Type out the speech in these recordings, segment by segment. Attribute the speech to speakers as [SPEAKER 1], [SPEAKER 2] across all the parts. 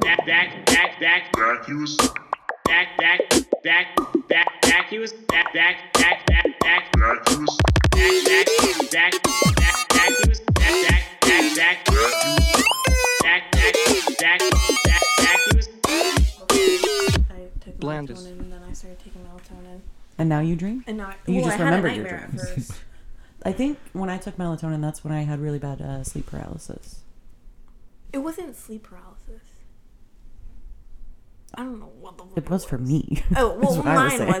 [SPEAKER 1] back, back, back,
[SPEAKER 2] back you was
[SPEAKER 1] back, back, back, back, back. He was back, back, back, back, back,
[SPEAKER 2] back you was
[SPEAKER 1] back, back, back, back, back. He was back, back, back, back, back,
[SPEAKER 2] back you was
[SPEAKER 1] back, back, back, back. He was
[SPEAKER 3] I took
[SPEAKER 4] Blandest.
[SPEAKER 3] melatonin and then I started taking melatonin.
[SPEAKER 5] And now you dream?
[SPEAKER 3] And now I,
[SPEAKER 5] You
[SPEAKER 3] well,
[SPEAKER 5] just
[SPEAKER 3] I
[SPEAKER 5] remember
[SPEAKER 3] had a
[SPEAKER 5] your
[SPEAKER 3] nightmare at first.
[SPEAKER 5] I think when I took melatonin, that's when I had really bad uh, sleep paralysis.
[SPEAKER 3] it wasn't sleep paralysis. I don't know what the
[SPEAKER 5] It
[SPEAKER 3] word
[SPEAKER 5] was for me.
[SPEAKER 3] Oh, well,
[SPEAKER 5] That's what I was
[SPEAKER 3] mine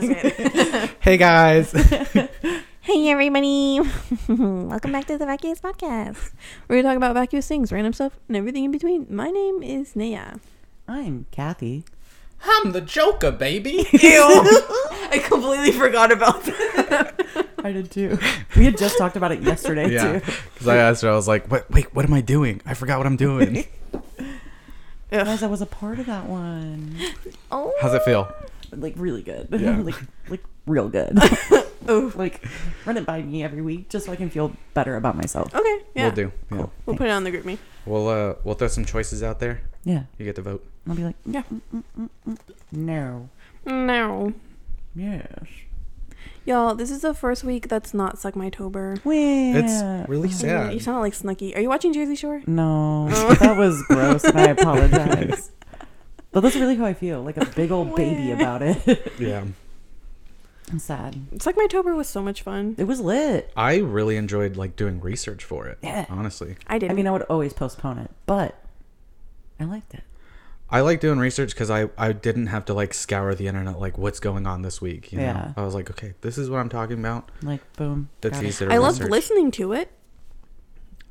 [SPEAKER 5] saying.
[SPEAKER 3] wasn't.
[SPEAKER 4] Hey guys.
[SPEAKER 3] Hey everybody! Welcome back to the Vacuous Podcast. We're gonna talk about vacuous things, random stuff, and everything in between. My name is Naya.
[SPEAKER 5] I'm Kathy.
[SPEAKER 4] I'm the Joker, baby.
[SPEAKER 3] I completely forgot about that.
[SPEAKER 5] I did too. We had just talked about it yesterday
[SPEAKER 4] yeah.
[SPEAKER 5] too.
[SPEAKER 4] Because I asked her, I was like, "What? Wait, what am I doing? I forgot what I'm doing."
[SPEAKER 5] Guys, I was a part of that one.
[SPEAKER 3] oh,
[SPEAKER 4] How's it feel?
[SPEAKER 5] Like really good.
[SPEAKER 4] Yeah.
[SPEAKER 5] like like real good. like run it by me every week just so I can feel better about myself.
[SPEAKER 3] okay, yeah,
[SPEAKER 4] We'll do. Yeah.
[SPEAKER 3] We'll put it on the group me.
[SPEAKER 4] We'll uh, we'll throw some choices out there.
[SPEAKER 5] Yeah.
[SPEAKER 4] You get to vote.
[SPEAKER 5] I'll be like, "Mm,
[SPEAKER 3] Yeah.
[SPEAKER 5] no.
[SPEAKER 3] No,
[SPEAKER 5] Yes.
[SPEAKER 3] y'all, this is the first week that's not Suck My Tober.
[SPEAKER 5] Well,
[SPEAKER 4] It's really sad.
[SPEAKER 3] You sound like Snooki. Are you watching Jersey Shore?
[SPEAKER 5] No, that was gross, and I apologize. But that's really how I feel, like a big old baby about it.
[SPEAKER 4] Yeah.
[SPEAKER 5] I'm sad.
[SPEAKER 3] Suck My Tober was so much fun.
[SPEAKER 5] It was lit.
[SPEAKER 4] I really enjoyed like doing research for it.
[SPEAKER 5] Yeah.
[SPEAKER 4] Honestly,
[SPEAKER 3] I did.
[SPEAKER 5] I mean, I would always postpone it, but I liked it.
[SPEAKER 4] I like doing research because I I didn't have to like scour the internet like what's going on this week. You know?
[SPEAKER 5] Yeah.
[SPEAKER 4] I was like, okay, this is what I'm talking about.
[SPEAKER 5] Like, boom.
[SPEAKER 4] That's
[SPEAKER 5] got it.
[SPEAKER 4] easy. to
[SPEAKER 3] I loved
[SPEAKER 4] research.
[SPEAKER 3] listening to it.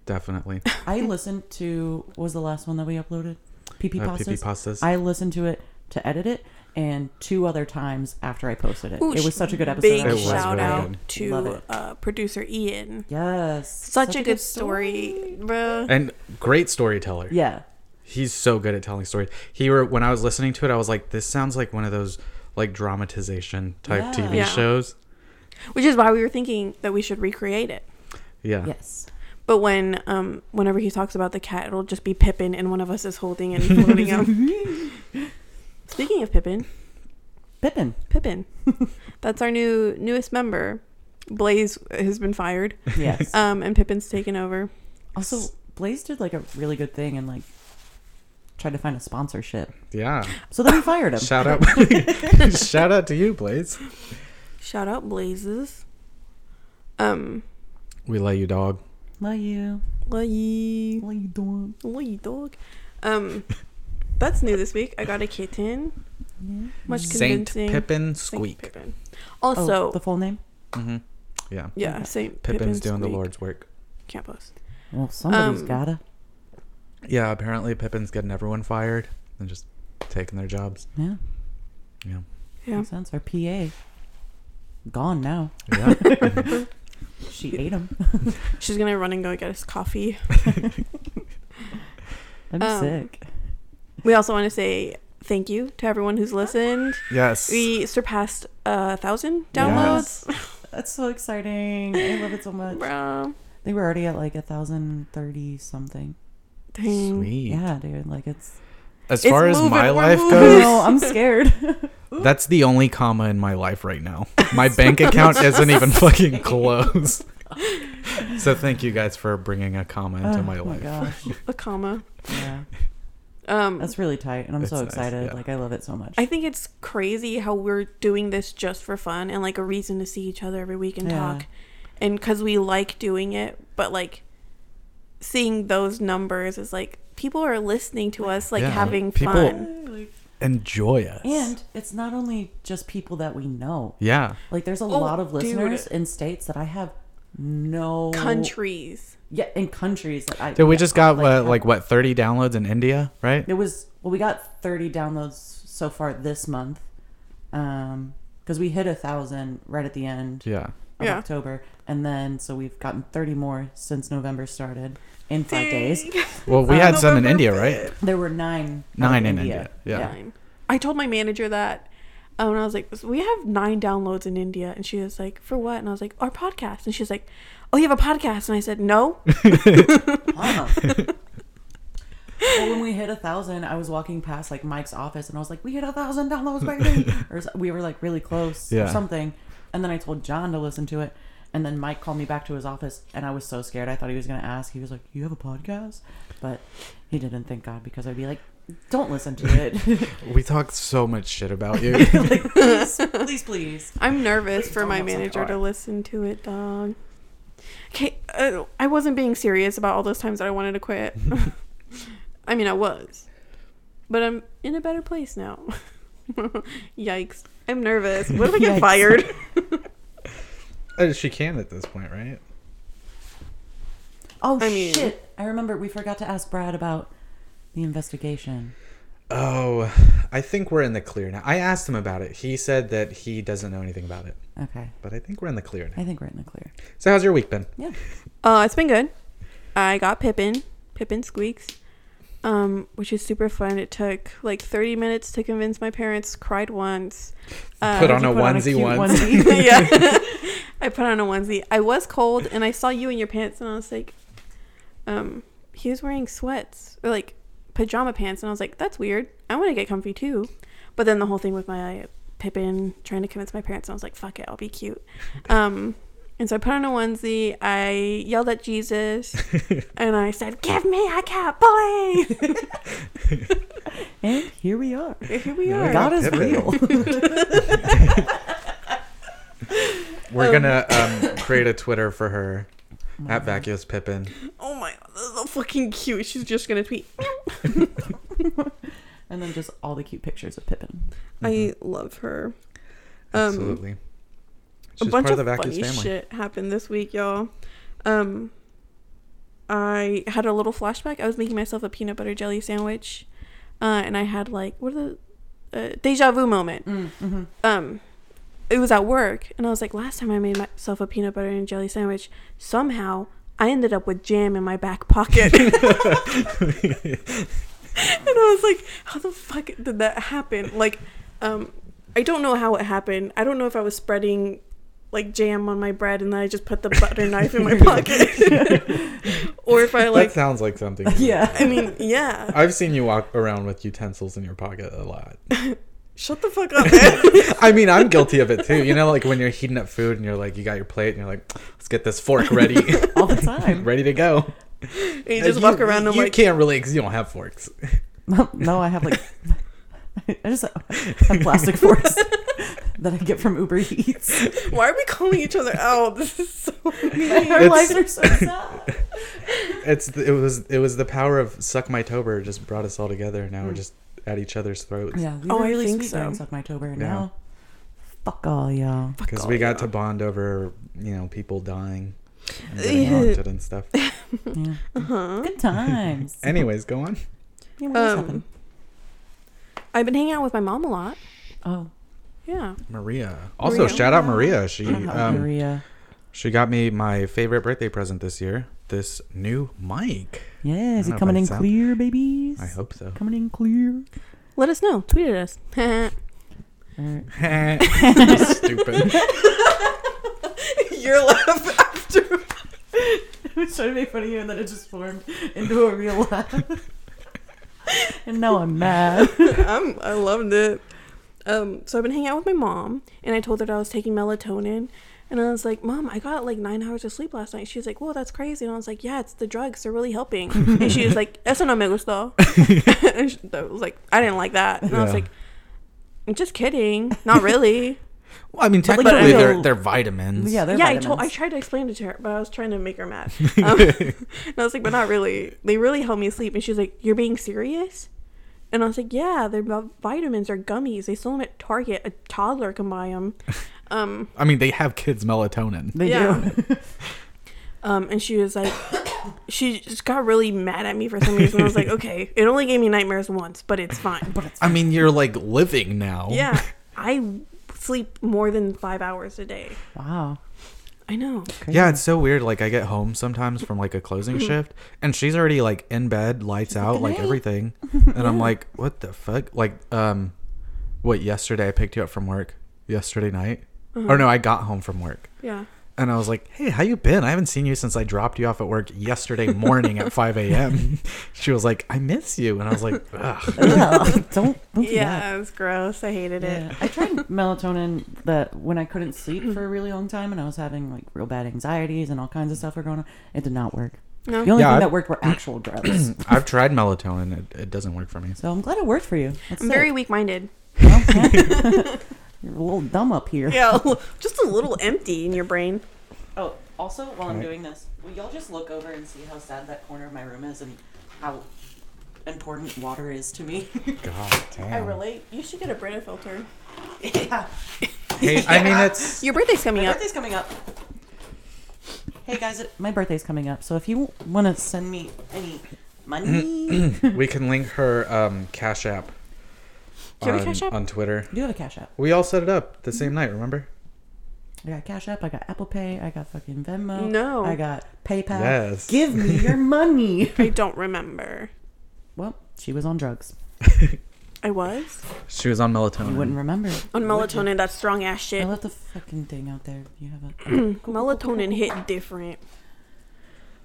[SPEAKER 4] Definitely.
[SPEAKER 5] I listened to what was the last one that we uploaded? PP
[SPEAKER 4] Uh,
[SPEAKER 5] pastas.
[SPEAKER 4] PP Pastas.
[SPEAKER 5] I listened to it to edit it, and two other times after I posted it.
[SPEAKER 3] Ooh,
[SPEAKER 5] it was such a good episode.
[SPEAKER 3] Big
[SPEAKER 5] I
[SPEAKER 4] It
[SPEAKER 5] loved
[SPEAKER 4] was
[SPEAKER 3] shout
[SPEAKER 4] really
[SPEAKER 3] out
[SPEAKER 4] good.
[SPEAKER 5] Love
[SPEAKER 3] to
[SPEAKER 5] it.
[SPEAKER 3] uh, producer Ian.
[SPEAKER 5] Yes.
[SPEAKER 3] Such, a, good story, bro.
[SPEAKER 4] and great storyteller.
[SPEAKER 5] Yeah.
[SPEAKER 4] He's so good at telling stories. He were when I was listening to it, I was like, this sounds like one of those like dramatization type
[SPEAKER 5] Yeah.
[SPEAKER 4] TV
[SPEAKER 3] Yeah.
[SPEAKER 4] shows.
[SPEAKER 3] Which is why we were thinking that we should recreate it.
[SPEAKER 4] Yeah.
[SPEAKER 5] Yes.
[SPEAKER 3] But when, um, whenever he talks about the cat, it'll just be Pippin, and one of us is holding and floating him. Speaking of Pippin,
[SPEAKER 5] Pippin.
[SPEAKER 3] Pippin, that's our new newest member. Blaze has been fired,
[SPEAKER 5] Yes.
[SPEAKER 3] um, and Pippin's taken over.
[SPEAKER 5] Also, Blaze did like a really good thing and like tried to find a sponsorship.
[SPEAKER 4] Yeah.
[SPEAKER 5] So then we fired him.
[SPEAKER 4] Shout out Shout out to you, Blaze.
[SPEAKER 3] Shout out Blazes. Um,
[SPEAKER 4] We love you, dog.
[SPEAKER 5] Love you.
[SPEAKER 3] love you.
[SPEAKER 5] Love you, dog.
[SPEAKER 3] Well, you dog. Um, that's new this week. I got a kitten. Much
[SPEAKER 4] Saint
[SPEAKER 3] convincing.
[SPEAKER 4] Pippin
[SPEAKER 3] Saint
[SPEAKER 4] Squeak.
[SPEAKER 3] Pippin.
[SPEAKER 5] Oh,
[SPEAKER 3] Also,
[SPEAKER 5] the full name?
[SPEAKER 4] Yeah.
[SPEAKER 3] yeah, Saint
[SPEAKER 4] Pippin's
[SPEAKER 3] Pippin's
[SPEAKER 4] doing the
[SPEAKER 3] Squeak.
[SPEAKER 4] Lord's work.
[SPEAKER 3] Can't post.
[SPEAKER 5] Well, somebody's
[SPEAKER 3] Um,
[SPEAKER 5] gotta.
[SPEAKER 4] Yeah, apparently Pippin's getting everyone fired and just taking their jobs.
[SPEAKER 5] Yeah,
[SPEAKER 4] Yeah.
[SPEAKER 3] Yeah,
[SPEAKER 5] makes sense. Our PA gone now.
[SPEAKER 4] Yeah.
[SPEAKER 5] She ate him.
[SPEAKER 3] she's gonna run and go get us coffee.
[SPEAKER 5] I'm
[SPEAKER 3] Um,
[SPEAKER 5] sick.
[SPEAKER 3] We also want to say thank you to everyone who's listened.
[SPEAKER 4] yes.
[SPEAKER 3] We surpassed a thousand downloads,
[SPEAKER 5] That's so exciting. I love it so much.
[SPEAKER 3] bro.
[SPEAKER 5] They were already at like a thousand thirty something.
[SPEAKER 3] Dang.
[SPEAKER 4] Sweet.
[SPEAKER 5] Yeah, dude. Like it's.
[SPEAKER 4] As
[SPEAKER 3] It's
[SPEAKER 4] far as
[SPEAKER 3] moving,
[SPEAKER 4] my
[SPEAKER 3] we're
[SPEAKER 4] life
[SPEAKER 3] moving.
[SPEAKER 4] goes,
[SPEAKER 5] No, I'm scared.
[SPEAKER 4] That's the only comma in my life right now. My bank account isn't even fucking close. so thank you guys for bringing a comma into
[SPEAKER 5] oh
[SPEAKER 4] my
[SPEAKER 5] my
[SPEAKER 4] life.
[SPEAKER 5] gosh.
[SPEAKER 3] A comma.
[SPEAKER 5] Yeah,
[SPEAKER 3] Um,
[SPEAKER 5] that's really tight, and I'm so
[SPEAKER 4] It's nice,
[SPEAKER 5] excited.
[SPEAKER 4] yeah.
[SPEAKER 5] Like I love it so much.
[SPEAKER 3] I think it's crazy how we're doing this just for fun and like a reason to see each other every week and
[SPEAKER 5] Yeah.
[SPEAKER 3] talk. And because we like doing it, but like seeing those numbers is like people are listening to us, like
[SPEAKER 4] Yeah.
[SPEAKER 3] having
[SPEAKER 4] People-
[SPEAKER 3] fun.
[SPEAKER 4] Enjoy us.
[SPEAKER 5] and it's not only just people that we know.
[SPEAKER 4] yeah. Oh,
[SPEAKER 5] Like there's a lot of listeners in states that I have no
[SPEAKER 3] Countries.
[SPEAKER 5] Yeah, in countries that I
[SPEAKER 4] Dude, we just got
[SPEAKER 5] like,
[SPEAKER 4] what, like what 30 downloads in India, right?
[SPEAKER 5] it was well we got 30 downloads so far this month. Um because we hit a thousand right at the end
[SPEAKER 4] Yeah.
[SPEAKER 5] of
[SPEAKER 3] Yeah.
[SPEAKER 5] October, and then so we've gotten 30 more since November started in five days.
[SPEAKER 4] Well, we had some in India, right?
[SPEAKER 5] There were nine. out of
[SPEAKER 4] Nine in India. Yeah.
[SPEAKER 3] Nine. I told my manager that. Um, and I was like, "So we have nine downloads in India. And she was like, for what? And I was like, our podcast. And she's like, oh, you have a podcast? And I said, no.
[SPEAKER 5] Wow. Well, when we hit a thousand, I was walking past like Mike's office, and I was like, "We hit a thousand downloads, baby!" or s- we were like really close
[SPEAKER 4] Yeah.
[SPEAKER 5] or something. And then I told John to listen to it, and then Mike called me back to his office, and I was so scared. I thought he was gonna ask. He was like, "You have a podcast?" But he didn't. Thank God, because I'd be like, "Don't listen to it."
[SPEAKER 4] We talked so much shit about you.
[SPEAKER 5] like, please, please, please.
[SPEAKER 3] I'm nervous for
[SPEAKER 5] It's
[SPEAKER 3] my
[SPEAKER 5] almost like
[SPEAKER 3] manager to
[SPEAKER 5] art.
[SPEAKER 3] listen to it, dog. Okay, uh, I wasn't being serious about all those times that I wanted to quit. I mean, I was, but I'm in a better place now. Yikes! I'm nervous. What if I get
[SPEAKER 5] Yikes.
[SPEAKER 3] fired?
[SPEAKER 4] Uh, she can at this point, right?
[SPEAKER 5] Oh
[SPEAKER 3] I mean-
[SPEAKER 5] shit! I remember we forgot to ask Brad about the investigation.
[SPEAKER 4] Oh, I think we're in the clear now. I asked him about it. He said that he doesn't know anything about it,
[SPEAKER 5] Okay,
[SPEAKER 4] but I think we're in the clear now.
[SPEAKER 5] I think we're in the clear.
[SPEAKER 4] So, how's your week been?
[SPEAKER 5] Yeah.
[SPEAKER 3] Uh, it's been good. I got Pippin, Pippin Squeaks, um, which is super fun. It took like 30 minutes to convince my parents. Cried once. Uh,
[SPEAKER 4] Put on
[SPEAKER 5] You
[SPEAKER 4] a
[SPEAKER 5] put on a
[SPEAKER 4] onesie
[SPEAKER 5] cute
[SPEAKER 4] once.
[SPEAKER 5] onesie.
[SPEAKER 3] yeah. I put on a onesie. I was cold and I saw you in your pants and I was like, um, he was wearing sweats or like pajama pants and I was like, that's weird. I want to get comfy too. But then the whole thing with my uh, Pippin trying to convince my parents, I was like, fuck it, I'll be cute. Um, and so I put on a onesie. I yelled at Jesus and I said, give me a cat boy.
[SPEAKER 5] And here we are.
[SPEAKER 3] Here we
[SPEAKER 4] Yeah, I
[SPEAKER 3] are.
[SPEAKER 5] God is
[SPEAKER 4] Pippin.
[SPEAKER 5] real.
[SPEAKER 4] We're gonna um, create a Twitter for her at Vacuous Pippin.
[SPEAKER 3] oh my God, this is so fucking cute. She's just going to tweet.
[SPEAKER 5] and then just all the cute pictures of Pippin.
[SPEAKER 3] I love her. Um,
[SPEAKER 4] Absolutely.
[SPEAKER 3] a
[SPEAKER 4] She's
[SPEAKER 3] bunch
[SPEAKER 4] part
[SPEAKER 3] of,
[SPEAKER 4] of the Vacuous
[SPEAKER 3] funny
[SPEAKER 4] family.
[SPEAKER 3] shit happened this week, y'all. Um, I had a little flashback. I was making myself a peanut butter jelly sandwich, uh, and I had like what are the uh, deja vu moment. Um, it was at work, and I was like, last time I made myself a peanut butter and jelly sandwich, somehow I ended up with jam in my back pocket. and I was like, how the fuck did that happen? Like, um, I don't know how it happened. I don't know if I was spreading like jam on my bread and then I just put the butter knife in my pocket, or if I
[SPEAKER 4] That
[SPEAKER 3] like,
[SPEAKER 4] sounds like something.
[SPEAKER 5] Yeah.
[SPEAKER 3] I mean, yeah,
[SPEAKER 4] I've seen you walk around with utensils in your pocket a lot.
[SPEAKER 3] shut the fuck up, man.
[SPEAKER 4] I mean, I'm guilty of it too. You know, like when you're heating up food and you're like, you got your plate and you're like, let's get this fork ready,
[SPEAKER 5] All the time.
[SPEAKER 4] ready to go.
[SPEAKER 3] And you just
[SPEAKER 4] You-
[SPEAKER 3] walk around and
[SPEAKER 4] you
[SPEAKER 3] like,
[SPEAKER 4] can't really because you don't have forks.
[SPEAKER 5] no, I have like I just have plastic forks that I get from Uber Eats.
[SPEAKER 3] why are we calling each other out? This is so mean.
[SPEAKER 5] Our
[SPEAKER 4] It's-
[SPEAKER 5] lives are so sad.
[SPEAKER 4] It's the, it was it was the power of suck my tober just brought us all together. Now we're
[SPEAKER 3] Hmm.
[SPEAKER 4] just at each other's throats
[SPEAKER 5] Yeah, we
[SPEAKER 3] Oh,
[SPEAKER 5] were
[SPEAKER 3] I
[SPEAKER 5] really
[SPEAKER 3] think
[SPEAKER 5] sweet during
[SPEAKER 3] so.
[SPEAKER 5] Suck My Tober, and
[SPEAKER 4] Yeah.
[SPEAKER 5] now fuck all y'all.
[SPEAKER 4] because we got to bond over you know people dying and
[SPEAKER 3] Yeah.
[SPEAKER 4] getting haunted and stuff.
[SPEAKER 5] Yeah.
[SPEAKER 4] Uh-huh.
[SPEAKER 5] Good times.
[SPEAKER 4] Anyways, go on.
[SPEAKER 5] Yeah, what else
[SPEAKER 3] Um,
[SPEAKER 5] happened?
[SPEAKER 3] I've been hanging out with my mom a lot.
[SPEAKER 5] Oh,
[SPEAKER 3] Yeah.
[SPEAKER 4] Maria. Also,
[SPEAKER 3] Maria.
[SPEAKER 4] shout out Maria. She
[SPEAKER 5] I got
[SPEAKER 4] um,
[SPEAKER 5] Maria.
[SPEAKER 4] she got me my favorite birthday present this year. This new mic.
[SPEAKER 5] Yeah, is
[SPEAKER 4] I don't
[SPEAKER 5] it
[SPEAKER 4] know if
[SPEAKER 5] coming
[SPEAKER 4] I
[SPEAKER 5] in
[SPEAKER 4] sound-
[SPEAKER 5] clear, babies?
[SPEAKER 4] I hope so.
[SPEAKER 5] Coming in clear.
[SPEAKER 3] Let us know. Tweet at us.
[SPEAKER 4] Stupid.
[SPEAKER 3] Your laugh after.
[SPEAKER 5] I was trying to make fun of you, and then it just formed into a real laugh. and now I'm mad.
[SPEAKER 3] I'm, I loved it. Um, so I've been hanging out with my mom, and I told her that I was taking melatonin. And I was like, Mom, I got like nine hours of sleep last night. She's like, Whoa, that's crazy. And I was like, Yeah, it's the drugs. They're really helping. and she was like, Eso no me gustó. and she, I was like, I didn't like that. And I was
[SPEAKER 4] Yeah.
[SPEAKER 3] like, I'm just kidding. Not really.
[SPEAKER 4] Well, I mean,
[SPEAKER 5] like,
[SPEAKER 4] technically
[SPEAKER 5] they're-
[SPEAKER 4] they're they're vitamins.
[SPEAKER 5] Yeah, they're
[SPEAKER 3] yeah, I
[SPEAKER 5] vitamins.
[SPEAKER 3] told I tried to explain it to her, but I was trying to make her mad. Um, and I was like, but not really. They really help me sleep. And she's like, you're being serious? And I was like, yeah, they're vi- vitamins, they're gummies. They sell them at Target. A toddler can buy them. Um,
[SPEAKER 4] I mean, they have kids melatonin.
[SPEAKER 5] They
[SPEAKER 3] Yeah.
[SPEAKER 5] do.
[SPEAKER 3] um, and she was like, she just got really mad at me for some reason. I was like, okay, it only gave me nightmares once, but it's fine.
[SPEAKER 4] I mean, you're like living now.
[SPEAKER 3] Yeah, I sleep more than five hours a day.
[SPEAKER 5] wow.
[SPEAKER 3] I know.
[SPEAKER 4] Yeah, it's so weird. Like I get home sometimes from like a closing shift, and she's already like in bed, lights out, like everything, and I'm like, what the fuck? Like, um, what? Yesterday I picked you up from work. Yesterday night, or no, I got home from work,
[SPEAKER 3] Yeah.
[SPEAKER 4] and I was like, "Hey, how you been? I haven't seen you since I dropped you off at work yesterday morning at 5 a.m." She was like, "I miss you," and I was like, Ugh.
[SPEAKER 5] Ugh, don't, don't do that.
[SPEAKER 3] Yeah, it was gross. I hated it.
[SPEAKER 5] Yeah. I tried melatonin that when I couldn't sleep for a really long time and I was having like real bad anxieties and all kinds of stuff were going on. It did not work.
[SPEAKER 3] No.
[SPEAKER 5] The only
[SPEAKER 4] Yeah,
[SPEAKER 5] thing
[SPEAKER 4] I-
[SPEAKER 5] that worked were actual drugs.
[SPEAKER 4] "I've tried melatonin; it, it doesn't work for me."
[SPEAKER 5] so I'm glad it worked for you. That's
[SPEAKER 3] I'm
[SPEAKER 5] sick.
[SPEAKER 3] very weak minded.
[SPEAKER 5] Okay. You're a little dumb up here.
[SPEAKER 3] Yeah, just a little empty in your brain.
[SPEAKER 5] Oh, also while I'm
[SPEAKER 4] Alright.
[SPEAKER 5] doing this, will y'all just look over and see how sad that corner of my room is and how important water is to me?
[SPEAKER 4] God damn.
[SPEAKER 3] I relate. You should get a Brita filter.
[SPEAKER 5] yeah.
[SPEAKER 4] Hey, I mean, it's
[SPEAKER 3] Your birthday's coming
[SPEAKER 5] My
[SPEAKER 3] up.
[SPEAKER 5] birthday's coming up. Hey guys, it- my birthday's coming up, so if you want to send me any money,
[SPEAKER 4] we can link her um, Cash App
[SPEAKER 3] Do you
[SPEAKER 4] on,
[SPEAKER 3] have a Cash App? Mm-hmm.
[SPEAKER 4] on Twitter.
[SPEAKER 5] do have a Cash App.
[SPEAKER 4] We all set it up the same night. Remember?
[SPEAKER 5] I got Cash App, I got Apple Pay, I got fucking Venmo.
[SPEAKER 3] No.
[SPEAKER 5] I got PayPal.
[SPEAKER 4] Yes.
[SPEAKER 5] Give me your money.
[SPEAKER 3] I don't remember.
[SPEAKER 5] well, she was on drugs.
[SPEAKER 3] I was
[SPEAKER 4] She was on melatonin.
[SPEAKER 5] You wouldn't remember.
[SPEAKER 3] on
[SPEAKER 5] would you?
[SPEAKER 3] melatonin. That strong ass
[SPEAKER 5] I
[SPEAKER 3] shit.
[SPEAKER 5] left the fucking thing out there. You have it.
[SPEAKER 3] Melatonin hit different.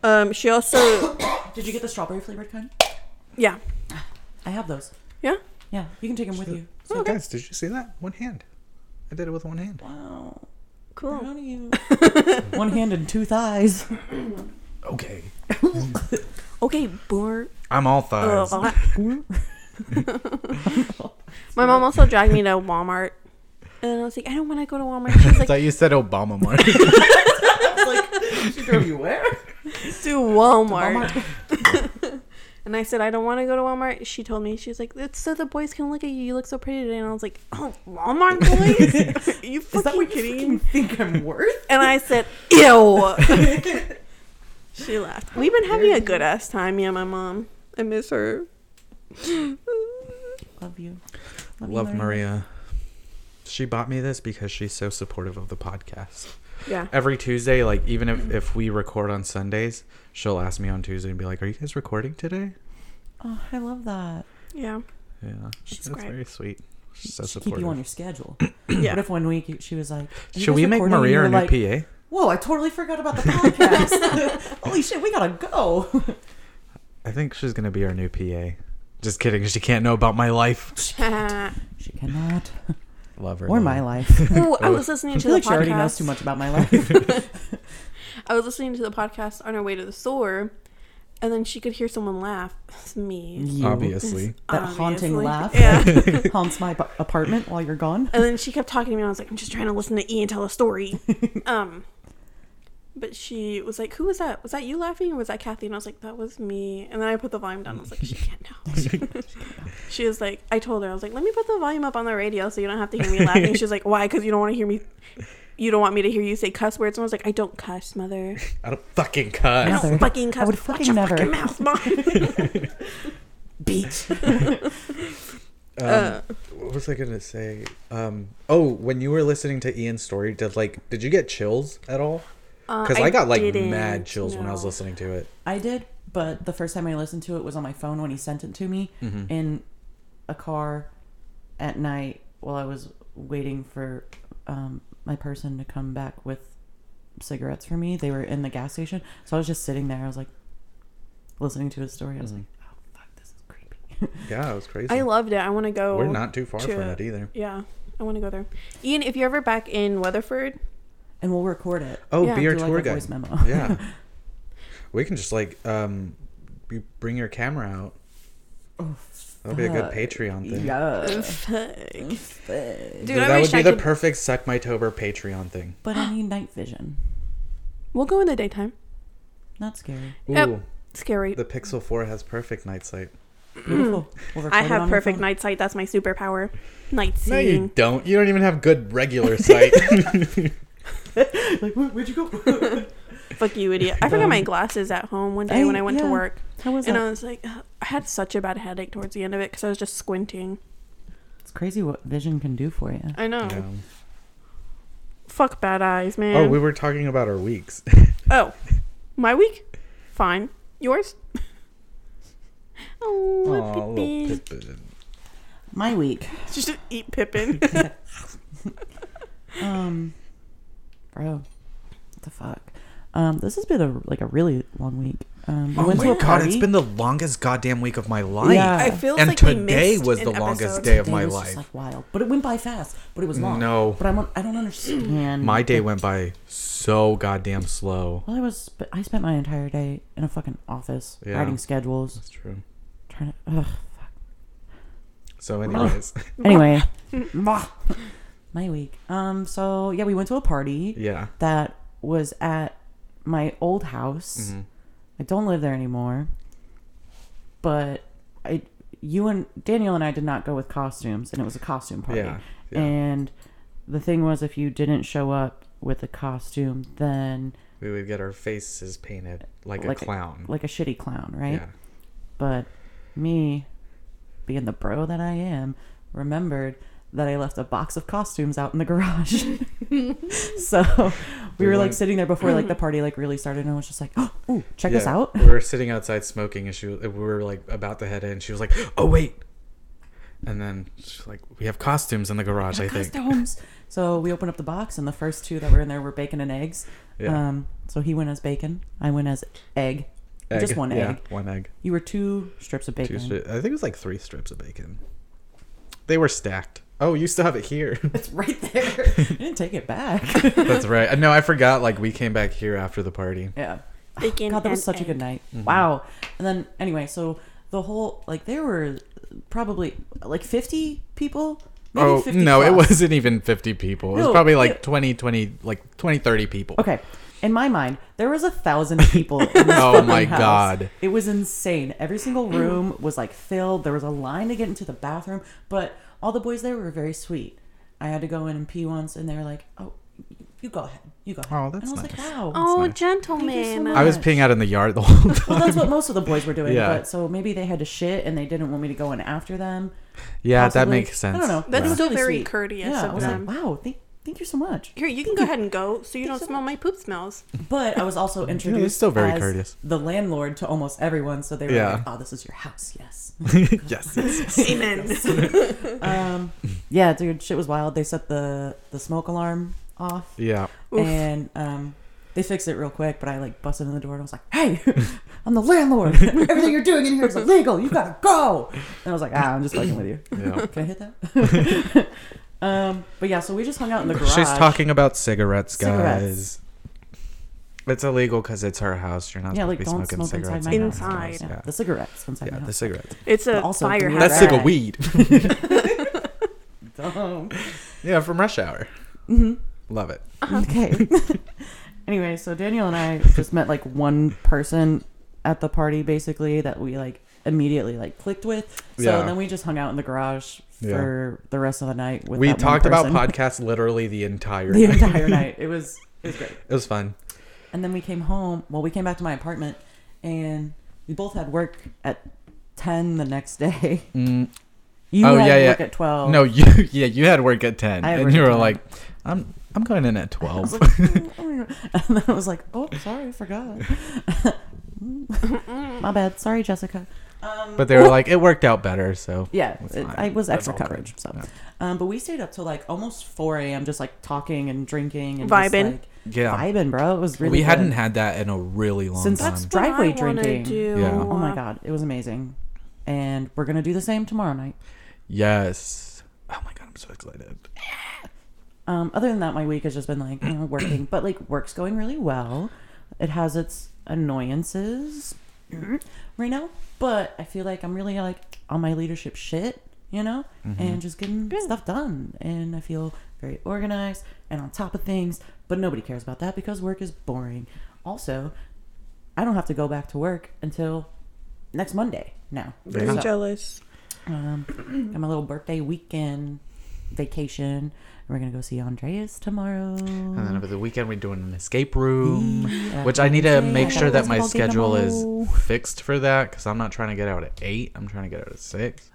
[SPEAKER 3] Um, she also,
[SPEAKER 5] Did you get the strawberry flavored kind?
[SPEAKER 3] yeah,
[SPEAKER 5] I have those.
[SPEAKER 3] yeah.
[SPEAKER 5] Yeah, you can take them with you.
[SPEAKER 4] So Oh, guys, did you see that? One hand. I did it with one hand.
[SPEAKER 5] Wow.
[SPEAKER 3] Cool.
[SPEAKER 5] Proud of you. One hand and two thighs.
[SPEAKER 4] Okay.
[SPEAKER 3] Okay, boomer.
[SPEAKER 4] I'm
[SPEAKER 3] Oh,
[SPEAKER 4] all thighs.
[SPEAKER 3] Ugh. My mom also dragged me to Walmart, and I was like, I don't want to go to Walmart. She's
[SPEAKER 4] I
[SPEAKER 3] like,
[SPEAKER 4] thought you said Obama more.
[SPEAKER 5] she drove you where?
[SPEAKER 3] to Walmart. And I said, I don't want to go to Walmart. She told me, she's like, it's so the boys can look at you. You look so pretty today. And I was like, oh, Walmart boys? Are you fucking
[SPEAKER 5] Is that what you
[SPEAKER 3] kidding
[SPEAKER 5] fucking
[SPEAKER 3] me?
[SPEAKER 5] think I'm worth?
[SPEAKER 3] And I said, ew. she laughed. We've been having a good ass time. Yeah, my mom. I miss her.
[SPEAKER 5] Love you. you,
[SPEAKER 4] Love Maria. She bought me this because she's so supportive of the podcast.
[SPEAKER 3] Yeah.
[SPEAKER 4] Every Tuesday, like even if, if we record on Sundays, she'll ask me on Tuesday and be like, "Are you guys recording today?"
[SPEAKER 5] Oh, I love that.
[SPEAKER 3] Yeah.
[SPEAKER 4] Yeah,
[SPEAKER 3] She's
[SPEAKER 4] that's
[SPEAKER 3] great.
[SPEAKER 4] very sweet. She's so
[SPEAKER 5] Keep you on
[SPEAKER 4] supportive.
[SPEAKER 5] your schedule. What
[SPEAKER 3] Yeah.
[SPEAKER 5] if one week you- she was like, "Are you
[SPEAKER 4] Should
[SPEAKER 5] guys
[SPEAKER 4] we make
[SPEAKER 5] recording?" And
[SPEAKER 4] Maria E
[SPEAKER 5] you
[SPEAKER 4] our
[SPEAKER 5] were
[SPEAKER 4] new
[SPEAKER 5] like,
[SPEAKER 4] PA?
[SPEAKER 5] Whoa, I totally forgot about the podcast. Holy shit, we gotta go.
[SPEAKER 4] I think she's gonna be our new PA. Just kidding. She can't know about my life.
[SPEAKER 5] She cannot.
[SPEAKER 4] Love her.
[SPEAKER 5] Or
[SPEAKER 4] love
[SPEAKER 5] my
[SPEAKER 4] her.
[SPEAKER 5] life. I
[SPEAKER 3] oh, I was listening to
[SPEAKER 5] feel
[SPEAKER 3] the
[SPEAKER 5] like
[SPEAKER 3] podcast.
[SPEAKER 5] she already knows too much about my life.
[SPEAKER 3] I was listening to the podcast on her way to the store, and then she could hear someone laugh. It's me.
[SPEAKER 5] You.
[SPEAKER 4] Obviously.
[SPEAKER 5] That haunting
[SPEAKER 3] Obviously.
[SPEAKER 5] laugh
[SPEAKER 3] Yeah.
[SPEAKER 5] that haunts my ap- apartment while you're gone.
[SPEAKER 3] And then she kept talking to me, and I was like, I'm just trying to listen to E and tell a story. um, but she was like, Who was that? Was that you laughing or was that Kathy? And I was like, That was me. And then I put the volume down. I was like, She can't know. she was like, I told her, I was like, Let me put the volume up on the radio so you don't have to hear me laughing. She's like, Why? Because you don't want to hear me. You don't want me to hear you say cuss words. And I was like, I don't cuss, mother.
[SPEAKER 4] I don't fucking cuss.
[SPEAKER 3] I
[SPEAKER 5] Mother.
[SPEAKER 3] don't fucking cuss.
[SPEAKER 5] I would
[SPEAKER 3] Watch
[SPEAKER 5] fucking
[SPEAKER 3] your
[SPEAKER 5] never.
[SPEAKER 3] fucking mouth, mom.
[SPEAKER 5] Beat.
[SPEAKER 4] Um,
[SPEAKER 3] Uh,
[SPEAKER 4] what was I gonna say? Um, oh, when you were listening to Ian's story, did like did you get chills at all?
[SPEAKER 5] Uh,
[SPEAKER 4] Because
[SPEAKER 3] I
[SPEAKER 4] I, got like
[SPEAKER 3] didn't,
[SPEAKER 4] mad chills when I was
[SPEAKER 3] no.
[SPEAKER 4] listening to it.
[SPEAKER 5] I did, but the first time I listened to it was on my phone when he sent it to me
[SPEAKER 4] Mm-hmm.
[SPEAKER 5] in a car at night while I was waiting for um, my person to come back with cigarettes for me. They were in the gas station, so I was just sitting there. I was like listening to his story. I
[SPEAKER 4] Mm-hmm.
[SPEAKER 5] was like, "Oh fuck, this is creepy."
[SPEAKER 4] Yeah, it was crazy.
[SPEAKER 3] I loved it. I want to go.
[SPEAKER 4] We're not too far from
[SPEAKER 3] to-
[SPEAKER 4] it either.
[SPEAKER 3] Yeah, I want to go there. Ian, if you're ever back in Weatherford,
[SPEAKER 5] and we'll record it.
[SPEAKER 4] Oh,
[SPEAKER 3] Yeah.
[SPEAKER 4] be our
[SPEAKER 5] Do, like,
[SPEAKER 4] tour
[SPEAKER 5] a
[SPEAKER 4] guide.
[SPEAKER 5] voice memo.
[SPEAKER 4] yeah, we can just like um, you bring your camera out. That'll be a good
[SPEAKER 5] fuck.
[SPEAKER 4] Patreon thing.
[SPEAKER 5] Yeah.
[SPEAKER 3] dude, I
[SPEAKER 4] that
[SPEAKER 3] wish
[SPEAKER 4] would
[SPEAKER 3] I
[SPEAKER 4] be the
[SPEAKER 3] could.
[SPEAKER 4] perfect Suck My Tober Patreon thing.
[SPEAKER 5] But I need night vision.
[SPEAKER 3] we'll go in the daytime.
[SPEAKER 5] Not scary.
[SPEAKER 4] Ooh,
[SPEAKER 3] Yep. Scary.
[SPEAKER 4] the Pixel 4 has perfect night sight.
[SPEAKER 5] Beautiful. We'll record
[SPEAKER 3] I
[SPEAKER 5] it
[SPEAKER 3] have
[SPEAKER 5] on your
[SPEAKER 3] perfect
[SPEAKER 5] phone.
[SPEAKER 3] night sight. That's my superpower. Night
[SPEAKER 4] No,
[SPEAKER 3] seeing.
[SPEAKER 4] you don't. You don't even have good regular sight.
[SPEAKER 5] Like, where, would you go?
[SPEAKER 3] Fuck you, idiot. I forgot my glasses at home one day
[SPEAKER 5] I-
[SPEAKER 3] when I went to
[SPEAKER 5] yeah.
[SPEAKER 3] work,
[SPEAKER 5] How was
[SPEAKER 3] and
[SPEAKER 5] that?
[SPEAKER 3] I was like, "Ugh." I had such a bad headache towards the end of it because I was just squinting.
[SPEAKER 5] It's crazy what vision can do for you.
[SPEAKER 3] I know.
[SPEAKER 4] Yeah.
[SPEAKER 3] Fuck bad eyes, man.
[SPEAKER 4] Oh, we were talking about our weeks.
[SPEAKER 3] Oh, my week? Fine. Yours? oh,
[SPEAKER 4] Aw, little
[SPEAKER 3] Pippin.
[SPEAKER 4] Pippin.
[SPEAKER 5] My week.
[SPEAKER 3] Just eat Pippin.
[SPEAKER 5] Um, bro, What the fuck? Um, this has been a like a really long week. Um, we
[SPEAKER 4] Oh
[SPEAKER 5] went
[SPEAKER 4] my
[SPEAKER 5] to a
[SPEAKER 4] god,
[SPEAKER 5] party.
[SPEAKER 4] it's been the longest goddamn week of my life.
[SPEAKER 5] Yeah.
[SPEAKER 3] I feel
[SPEAKER 4] and
[SPEAKER 3] like we
[SPEAKER 4] today
[SPEAKER 3] missed
[SPEAKER 4] was
[SPEAKER 3] an
[SPEAKER 4] the longest
[SPEAKER 3] episode.
[SPEAKER 4] day of
[SPEAKER 5] Day
[SPEAKER 4] my
[SPEAKER 5] was just,
[SPEAKER 4] life.
[SPEAKER 5] like wild, but it went by fast. But it was long.
[SPEAKER 4] No.
[SPEAKER 5] but I'm on, I don't understand.
[SPEAKER 4] My day
[SPEAKER 5] the-
[SPEAKER 4] went by so goddamn slow.
[SPEAKER 5] Well, I was, but I spent my entire day in a fucking office
[SPEAKER 4] Yeah.
[SPEAKER 5] writing schedules,
[SPEAKER 4] true.
[SPEAKER 5] trying to. Ugh, fuck.
[SPEAKER 4] So, anyways,
[SPEAKER 5] Anyway, my week. Um, so yeah, we went to a party
[SPEAKER 4] yeah.
[SPEAKER 5] that was at my old house.
[SPEAKER 4] Mm-hmm.
[SPEAKER 5] I don't live there anymore, but I, you and Daniel and I did not go with costumes, and it was a costume party.
[SPEAKER 4] Yeah, yeah.
[SPEAKER 5] And the thing was, if you didn't show up with a costume, then
[SPEAKER 4] We would get our faces painted like,
[SPEAKER 5] like
[SPEAKER 4] a clown.
[SPEAKER 5] like a shitty clown, right?
[SPEAKER 4] yeah.
[SPEAKER 5] But me, being the bro that I am, remembered that I left a box of costumes out in the garage. so we,
[SPEAKER 4] We
[SPEAKER 5] were like
[SPEAKER 4] went-
[SPEAKER 5] sitting there before like the party like really started, and I was just like, oh, ooh, check this
[SPEAKER 4] Yeah,
[SPEAKER 5] out.
[SPEAKER 4] we were sitting outside smoking, and she was, we were like about to head in. She was like, "Oh wait," and then she's like, "We have costumes in the garage, I think."
[SPEAKER 5] Costumes. So we opened up the box, and the first two that were in there were bacon and eggs.
[SPEAKER 4] Yeah.
[SPEAKER 5] Um, so he went as bacon. I went as egg. Just
[SPEAKER 4] Egg.
[SPEAKER 5] one egg.
[SPEAKER 4] Yeah, one egg.
[SPEAKER 5] You were two strips of bacon.
[SPEAKER 4] Two stri- I think it was like three strips of bacon. They were stacked. Oh, you still have it here.
[SPEAKER 5] It's right there. I didn't take it back.
[SPEAKER 4] That's right. No, I forgot. Like we came back here after the party.
[SPEAKER 5] yeah.
[SPEAKER 3] Bacon
[SPEAKER 5] God, that was
[SPEAKER 3] and
[SPEAKER 5] such a
[SPEAKER 3] egg.
[SPEAKER 5] good night.
[SPEAKER 4] Mm-hmm.
[SPEAKER 5] Wow. And then anyway, so the whole like there were probably like 50 people. Maybe
[SPEAKER 4] oh
[SPEAKER 5] 50
[SPEAKER 4] no, it
[SPEAKER 5] plus.
[SPEAKER 4] wasn't even fifty people. It was
[SPEAKER 5] No,
[SPEAKER 4] probably
[SPEAKER 5] it-
[SPEAKER 4] like twenty, twenty, 20, 20, like 20, 30 people.
[SPEAKER 5] Okay. In my mind, there was a thousand people. In this
[SPEAKER 4] Oh my
[SPEAKER 5] fucking house.
[SPEAKER 4] God.
[SPEAKER 5] It was insane. Every single room was like filled. There was a line to get into the bathroom, but all the boys there were very sweet. I had to go in and pee once, and they were like, "Oh, you go ahead. You go ahead."
[SPEAKER 4] Oh, that's
[SPEAKER 5] and I was
[SPEAKER 4] nice.
[SPEAKER 5] like, "Wow."
[SPEAKER 3] Oh,
[SPEAKER 4] nice.
[SPEAKER 3] gentleman.
[SPEAKER 5] much.
[SPEAKER 4] I was peeing out in the yard the whole time.
[SPEAKER 5] Well, that's what most of the boys were doing.
[SPEAKER 4] Yeah.
[SPEAKER 5] But so maybe they had to shit, and they didn't want me to go in after them.
[SPEAKER 4] Yeah, that
[SPEAKER 5] possibly.
[SPEAKER 4] makes sense.
[SPEAKER 5] I don't know.
[SPEAKER 3] That's
[SPEAKER 5] It was
[SPEAKER 3] still very courteous
[SPEAKER 5] Yeah,
[SPEAKER 3] of
[SPEAKER 5] I was
[SPEAKER 3] them.
[SPEAKER 5] like, wow, thank, thank you so much.
[SPEAKER 3] Here, you can go ahead and go so you don't smell my poop smells.
[SPEAKER 5] But I was also introduced
[SPEAKER 4] still very
[SPEAKER 5] as
[SPEAKER 4] courteous.
[SPEAKER 5] the landlord to almost everyone, so they were
[SPEAKER 4] Yeah.
[SPEAKER 5] like, oh, this is your house, yes.
[SPEAKER 4] yes, yes.
[SPEAKER 3] Amen.
[SPEAKER 5] um, yeah, dude, shit was wild. They set the, the smoke alarm off,
[SPEAKER 4] Yeah.
[SPEAKER 5] and um, they fixed it real quick, but I, like, busted in the door, and I was like, hey, I'm the landlord. Everything you're doing in here is illegal. You gotta go. And I was like, ah, I'm just fucking with you.
[SPEAKER 4] Yeah.
[SPEAKER 5] Can I hit that? um, but yeah, so we just hung out in the garage.
[SPEAKER 4] She's talking about cigarettes, guys.
[SPEAKER 5] Cigarettes.
[SPEAKER 4] It's illegal because it's her house. You're not
[SPEAKER 5] Yeah,
[SPEAKER 4] supposed
[SPEAKER 5] like
[SPEAKER 4] to be
[SPEAKER 5] don't
[SPEAKER 4] smoking
[SPEAKER 5] smoke
[SPEAKER 4] cigarettes.
[SPEAKER 5] inside my house.
[SPEAKER 3] Inside.
[SPEAKER 5] Yeah,
[SPEAKER 4] Yeah.
[SPEAKER 5] The cigarettes inside
[SPEAKER 4] Yeah,
[SPEAKER 5] my
[SPEAKER 4] the
[SPEAKER 5] house.
[SPEAKER 4] cigarettes.
[SPEAKER 3] It's a
[SPEAKER 5] Also,
[SPEAKER 3] firehouse.
[SPEAKER 5] That's cigar
[SPEAKER 4] That's cigar
[SPEAKER 5] Right.
[SPEAKER 4] weed.
[SPEAKER 5] Dumb.
[SPEAKER 4] yeah, from Rush Hour.
[SPEAKER 5] Mm-hmm.
[SPEAKER 4] Love it.
[SPEAKER 5] Okay. anyway, so Daniel and I just met like one person at the party basically that we like immediately like clicked with. So
[SPEAKER 4] Yeah.
[SPEAKER 5] then we just hung out in the garage
[SPEAKER 4] Yeah.
[SPEAKER 5] for the rest of the night with
[SPEAKER 4] We
[SPEAKER 5] that one
[SPEAKER 4] talked about
[SPEAKER 5] person.
[SPEAKER 4] podcasts literally the entire
[SPEAKER 5] the
[SPEAKER 4] night.
[SPEAKER 5] entire night. It was it was great.
[SPEAKER 4] It was fun.
[SPEAKER 5] And then we came home. Well, we came back to my apartment and we both had work at 10 the next day. You
[SPEAKER 4] Oh,
[SPEAKER 5] had
[SPEAKER 4] yeah, yeah.
[SPEAKER 5] work at 12.
[SPEAKER 4] No, you yeah, you had work at ten,
[SPEAKER 5] I had
[SPEAKER 4] and
[SPEAKER 5] work
[SPEAKER 4] you
[SPEAKER 5] at
[SPEAKER 4] were
[SPEAKER 5] 10.
[SPEAKER 4] like, "I'm I'm going in at 12.
[SPEAKER 5] and then I was like, "Oh, sorry, I forgot. My bad. Sorry, Jessica." Um,
[SPEAKER 4] but they were like, "It worked out better." So
[SPEAKER 5] yeah,
[SPEAKER 4] it's
[SPEAKER 5] it,
[SPEAKER 4] fine.
[SPEAKER 5] I was
[SPEAKER 4] That's
[SPEAKER 5] extra
[SPEAKER 4] all good.
[SPEAKER 5] coverage. So,
[SPEAKER 4] Yeah.
[SPEAKER 5] um, but we stayed up till like almost four a.m. just like talking and drinking and
[SPEAKER 3] Vibing.
[SPEAKER 5] just, like,
[SPEAKER 4] Yeah.
[SPEAKER 5] vibing, bro. It was really.
[SPEAKER 4] we
[SPEAKER 5] good.
[SPEAKER 4] hadn't had that in a really long
[SPEAKER 5] Since
[SPEAKER 4] time.
[SPEAKER 5] that's
[SPEAKER 3] What I
[SPEAKER 5] driveway
[SPEAKER 3] wanna
[SPEAKER 5] drinking.
[SPEAKER 3] do.
[SPEAKER 4] Yeah.
[SPEAKER 5] Oh my god, it was amazing, and we're gonna do the same tomorrow night.
[SPEAKER 4] yes. Oh my god, I'm so excited.
[SPEAKER 5] Um, other than that, my week has just been like you know, working, but like work's going really well. It has its annoyances right now, but I feel like I'm really like on my leadership shit, you know,
[SPEAKER 4] Mm-hmm.
[SPEAKER 5] and just getting stuff done. And I feel very organized and on top of things, but nobody cares about that because work is boring. Also, I don't have to go back to work until next Monday now.
[SPEAKER 3] I'm
[SPEAKER 5] So-
[SPEAKER 3] jealous.
[SPEAKER 5] um, got my little birthday weekend vacation. And we're gonna go see Andreas tomorrow.
[SPEAKER 4] And then over the weekend, we're doing an escape room,
[SPEAKER 5] Mm. Yeah.
[SPEAKER 4] which I need to
[SPEAKER 5] Okay, I
[SPEAKER 4] make
[SPEAKER 5] got
[SPEAKER 4] sure
[SPEAKER 5] a
[SPEAKER 4] that my
[SPEAKER 5] basketball game
[SPEAKER 4] schedule is
[SPEAKER 5] tomorrow.
[SPEAKER 4] fixed for that because I'm not trying to get out at eight. I'm trying to get out at six.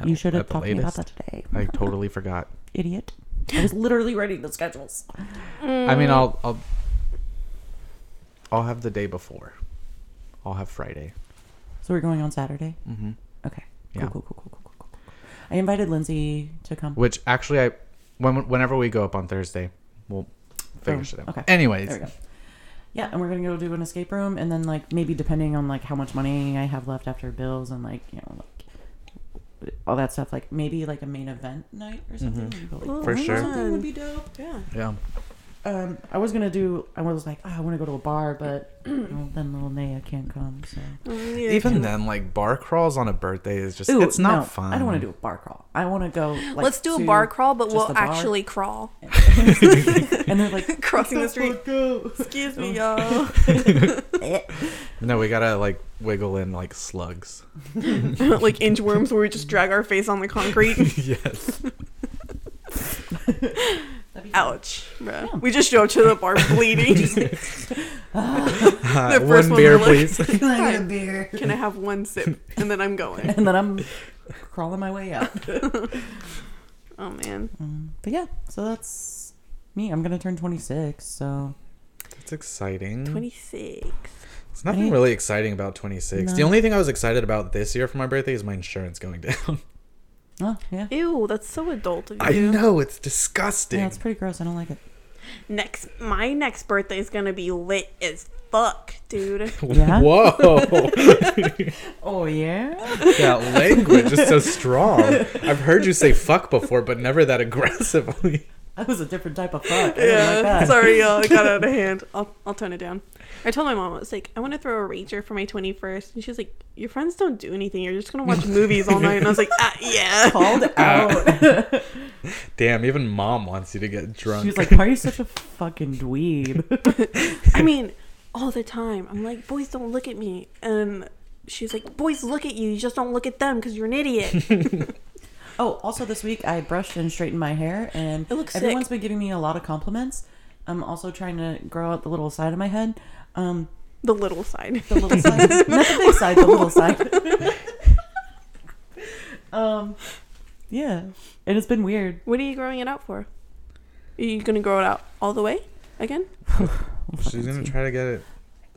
[SPEAKER 4] At-
[SPEAKER 5] You should
[SPEAKER 4] at
[SPEAKER 5] have
[SPEAKER 4] the
[SPEAKER 5] talked to me about
[SPEAKER 4] latest.
[SPEAKER 5] that today,
[SPEAKER 4] I totally forgot.
[SPEAKER 5] idiot. I was literally writing the schedules.
[SPEAKER 4] I mean, I'll, I'll, I'll have the day before. I'll have Friday.
[SPEAKER 5] So we're going on Saturday. Mm-hmm. Okay. Cool,
[SPEAKER 4] Yeah.
[SPEAKER 5] cool, cool, cool, cool, cool, cool, cool. I invited Lindsay to come.
[SPEAKER 4] Which actually, I, when, whenever we go up on Thursday, we'll figures it out.
[SPEAKER 5] Okay.
[SPEAKER 4] Anyways,
[SPEAKER 5] There we go. Yeah, and we're gonna go do an escape room, and then like maybe depending on like how much money I have left after bills and like you know like all that stuff, like maybe like a main event night or something.
[SPEAKER 4] Mm-hmm.
[SPEAKER 5] But, like,
[SPEAKER 4] for sure.
[SPEAKER 5] something would be dope. Yeah.
[SPEAKER 4] Yeah.
[SPEAKER 5] Um, I was gonna do. I was like, oh, I want to go to a bar, but you know, then little Naya can't come. So
[SPEAKER 4] Even then, like bar crawls on a birthday is just
[SPEAKER 5] Ooh,
[SPEAKER 4] it's not
[SPEAKER 5] no,
[SPEAKER 4] fun.
[SPEAKER 5] I don't want to do a bar crawl. I want to go. Like,
[SPEAKER 3] Let's do a
[SPEAKER 5] to
[SPEAKER 3] bar crawl, but
[SPEAKER 5] just
[SPEAKER 3] we'll
[SPEAKER 5] the bar.
[SPEAKER 3] actually crawl.
[SPEAKER 5] And they're like
[SPEAKER 3] Crossing the
[SPEAKER 5] "Let's
[SPEAKER 3] street.
[SPEAKER 5] go."
[SPEAKER 3] Excuse me,
[SPEAKER 5] Oh.
[SPEAKER 3] y'all.
[SPEAKER 4] No, we gotta like wiggle in like slugs.
[SPEAKER 3] like inchworms where we just drag our face on the concrete.
[SPEAKER 4] yes.
[SPEAKER 5] That'd be fun.
[SPEAKER 3] Ouch. bruh. We just show up to the bar bleeding.
[SPEAKER 4] Uh,
[SPEAKER 3] first
[SPEAKER 4] one
[SPEAKER 3] one
[SPEAKER 4] beer,
[SPEAKER 3] we
[SPEAKER 4] please.
[SPEAKER 3] look-
[SPEAKER 5] Can I get a beer?
[SPEAKER 3] Can I have one sip? And then I'm going.
[SPEAKER 5] And then I'm crawling my way out.
[SPEAKER 3] Oh, man.
[SPEAKER 5] Mm. But yeah, so that's me. I'm gonna turn 26, so
[SPEAKER 4] it's exciting.
[SPEAKER 3] 26.
[SPEAKER 4] It's nothing
[SPEAKER 5] Right?
[SPEAKER 4] really exciting about 26. The
[SPEAKER 5] No.
[SPEAKER 4] only thing I was excited about this year for my birthday is my insurance going down.
[SPEAKER 5] oh yeah,
[SPEAKER 3] Ew, that's so adult of you.
[SPEAKER 4] I know it's disgusting.
[SPEAKER 5] yeah, it's pretty gross. I don't like it.
[SPEAKER 3] Next, my next birthday is gonna be lit as fuck, dude.
[SPEAKER 5] Yeah?
[SPEAKER 4] Whoa.
[SPEAKER 5] Oh yeah.
[SPEAKER 4] that language is so strong. I've heard you say fuck before, but never that aggressively.
[SPEAKER 5] That was a different type of fuck. I didn't like
[SPEAKER 3] yeah,
[SPEAKER 5] that.
[SPEAKER 3] sorry, y'all. I got out of hand. I'll, I'll tone it down. I told my mom, I was like, I want to throw a rager for my 21st. And she was like, Your friends don't do anything. You're just gonna watch movies all night. And I was like, ah, Yeah.
[SPEAKER 5] Called out.
[SPEAKER 4] Damn, even mom wants you to get drunk.
[SPEAKER 5] She was like, "Why are you such a fucking dweeb?"
[SPEAKER 3] I mean, all the time. I'm like, Boys don't look at me. And she's like, Boys look at you. You just don't look at them because you're an idiot.
[SPEAKER 5] Oh, also this week I brushed and straightened my hair, and
[SPEAKER 3] It looks sick.
[SPEAKER 5] everyone's been giving me a lot of compliments. I'm also trying to grow out the little side of my head. Um,
[SPEAKER 3] the little side.
[SPEAKER 5] the little side, not the big side, the little side. um, yeah, and it's been weird.
[SPEAKER 3] What are you growing it out for? Are you gonna grow it out all the way again?
[SPEAKER 4] She's gonna try to get it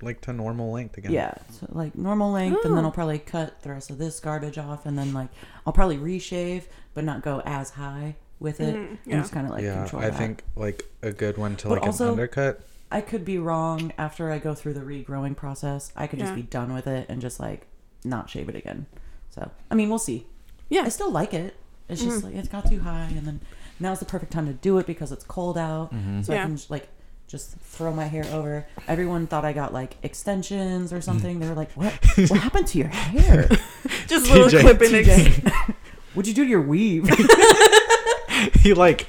[SPEAKER 4] like to normal length again.
[SPEAKER 5] Yeah, so like normal length, and then
[SPEAKER 3] Oh.
[SPEAKER 5] I'll probably cut the rest of this garbage off, and then like I'll probably reshave, but not go as high with it,
[SPEAKER 3] yeah.
[SPEAKER 5] and just kind of like
[SPEAKER 4] Yeah,
[SPEAKER 5] control.
[SPEAKER 4] I
[SPEAKER 5] that.
[SPEAKER 4] think like a good one to
[SPEAKER 5] But
[SPEAKER 4] like
[SPEAKER 5] also-
[SPEAKER 4] an undercut.
[SPEAKER 5] I could be wrong. After I go through the regrowing process, I could just
[SPEAKER 3] Yeah.
[SPEAKER 5] be done with it and just like not shave it again. So I mean, we'll see.
[SPEAKER 3] Yeah.
[SPEAKER 5] I still like it. It's just like it's got too high, and then now's the perfect time to do it because it's cold out,
[SPEAKER 4] Mm-hmm.
[SPEAKER 5] so
[SPEAKER 3] Yeah.
[SPEAKER 5] I can j- like just throw my hair over. Everyone thought I got like extensions or something. They were like, "What? what happened to your hair?
[SPEAKER 3] Just little
[SPEAKER 4] TJ.
[SPEAKER 3] clip in it.
[SPEAKER 5] What'd you do to your weave?"
[SPEAKER 4] He like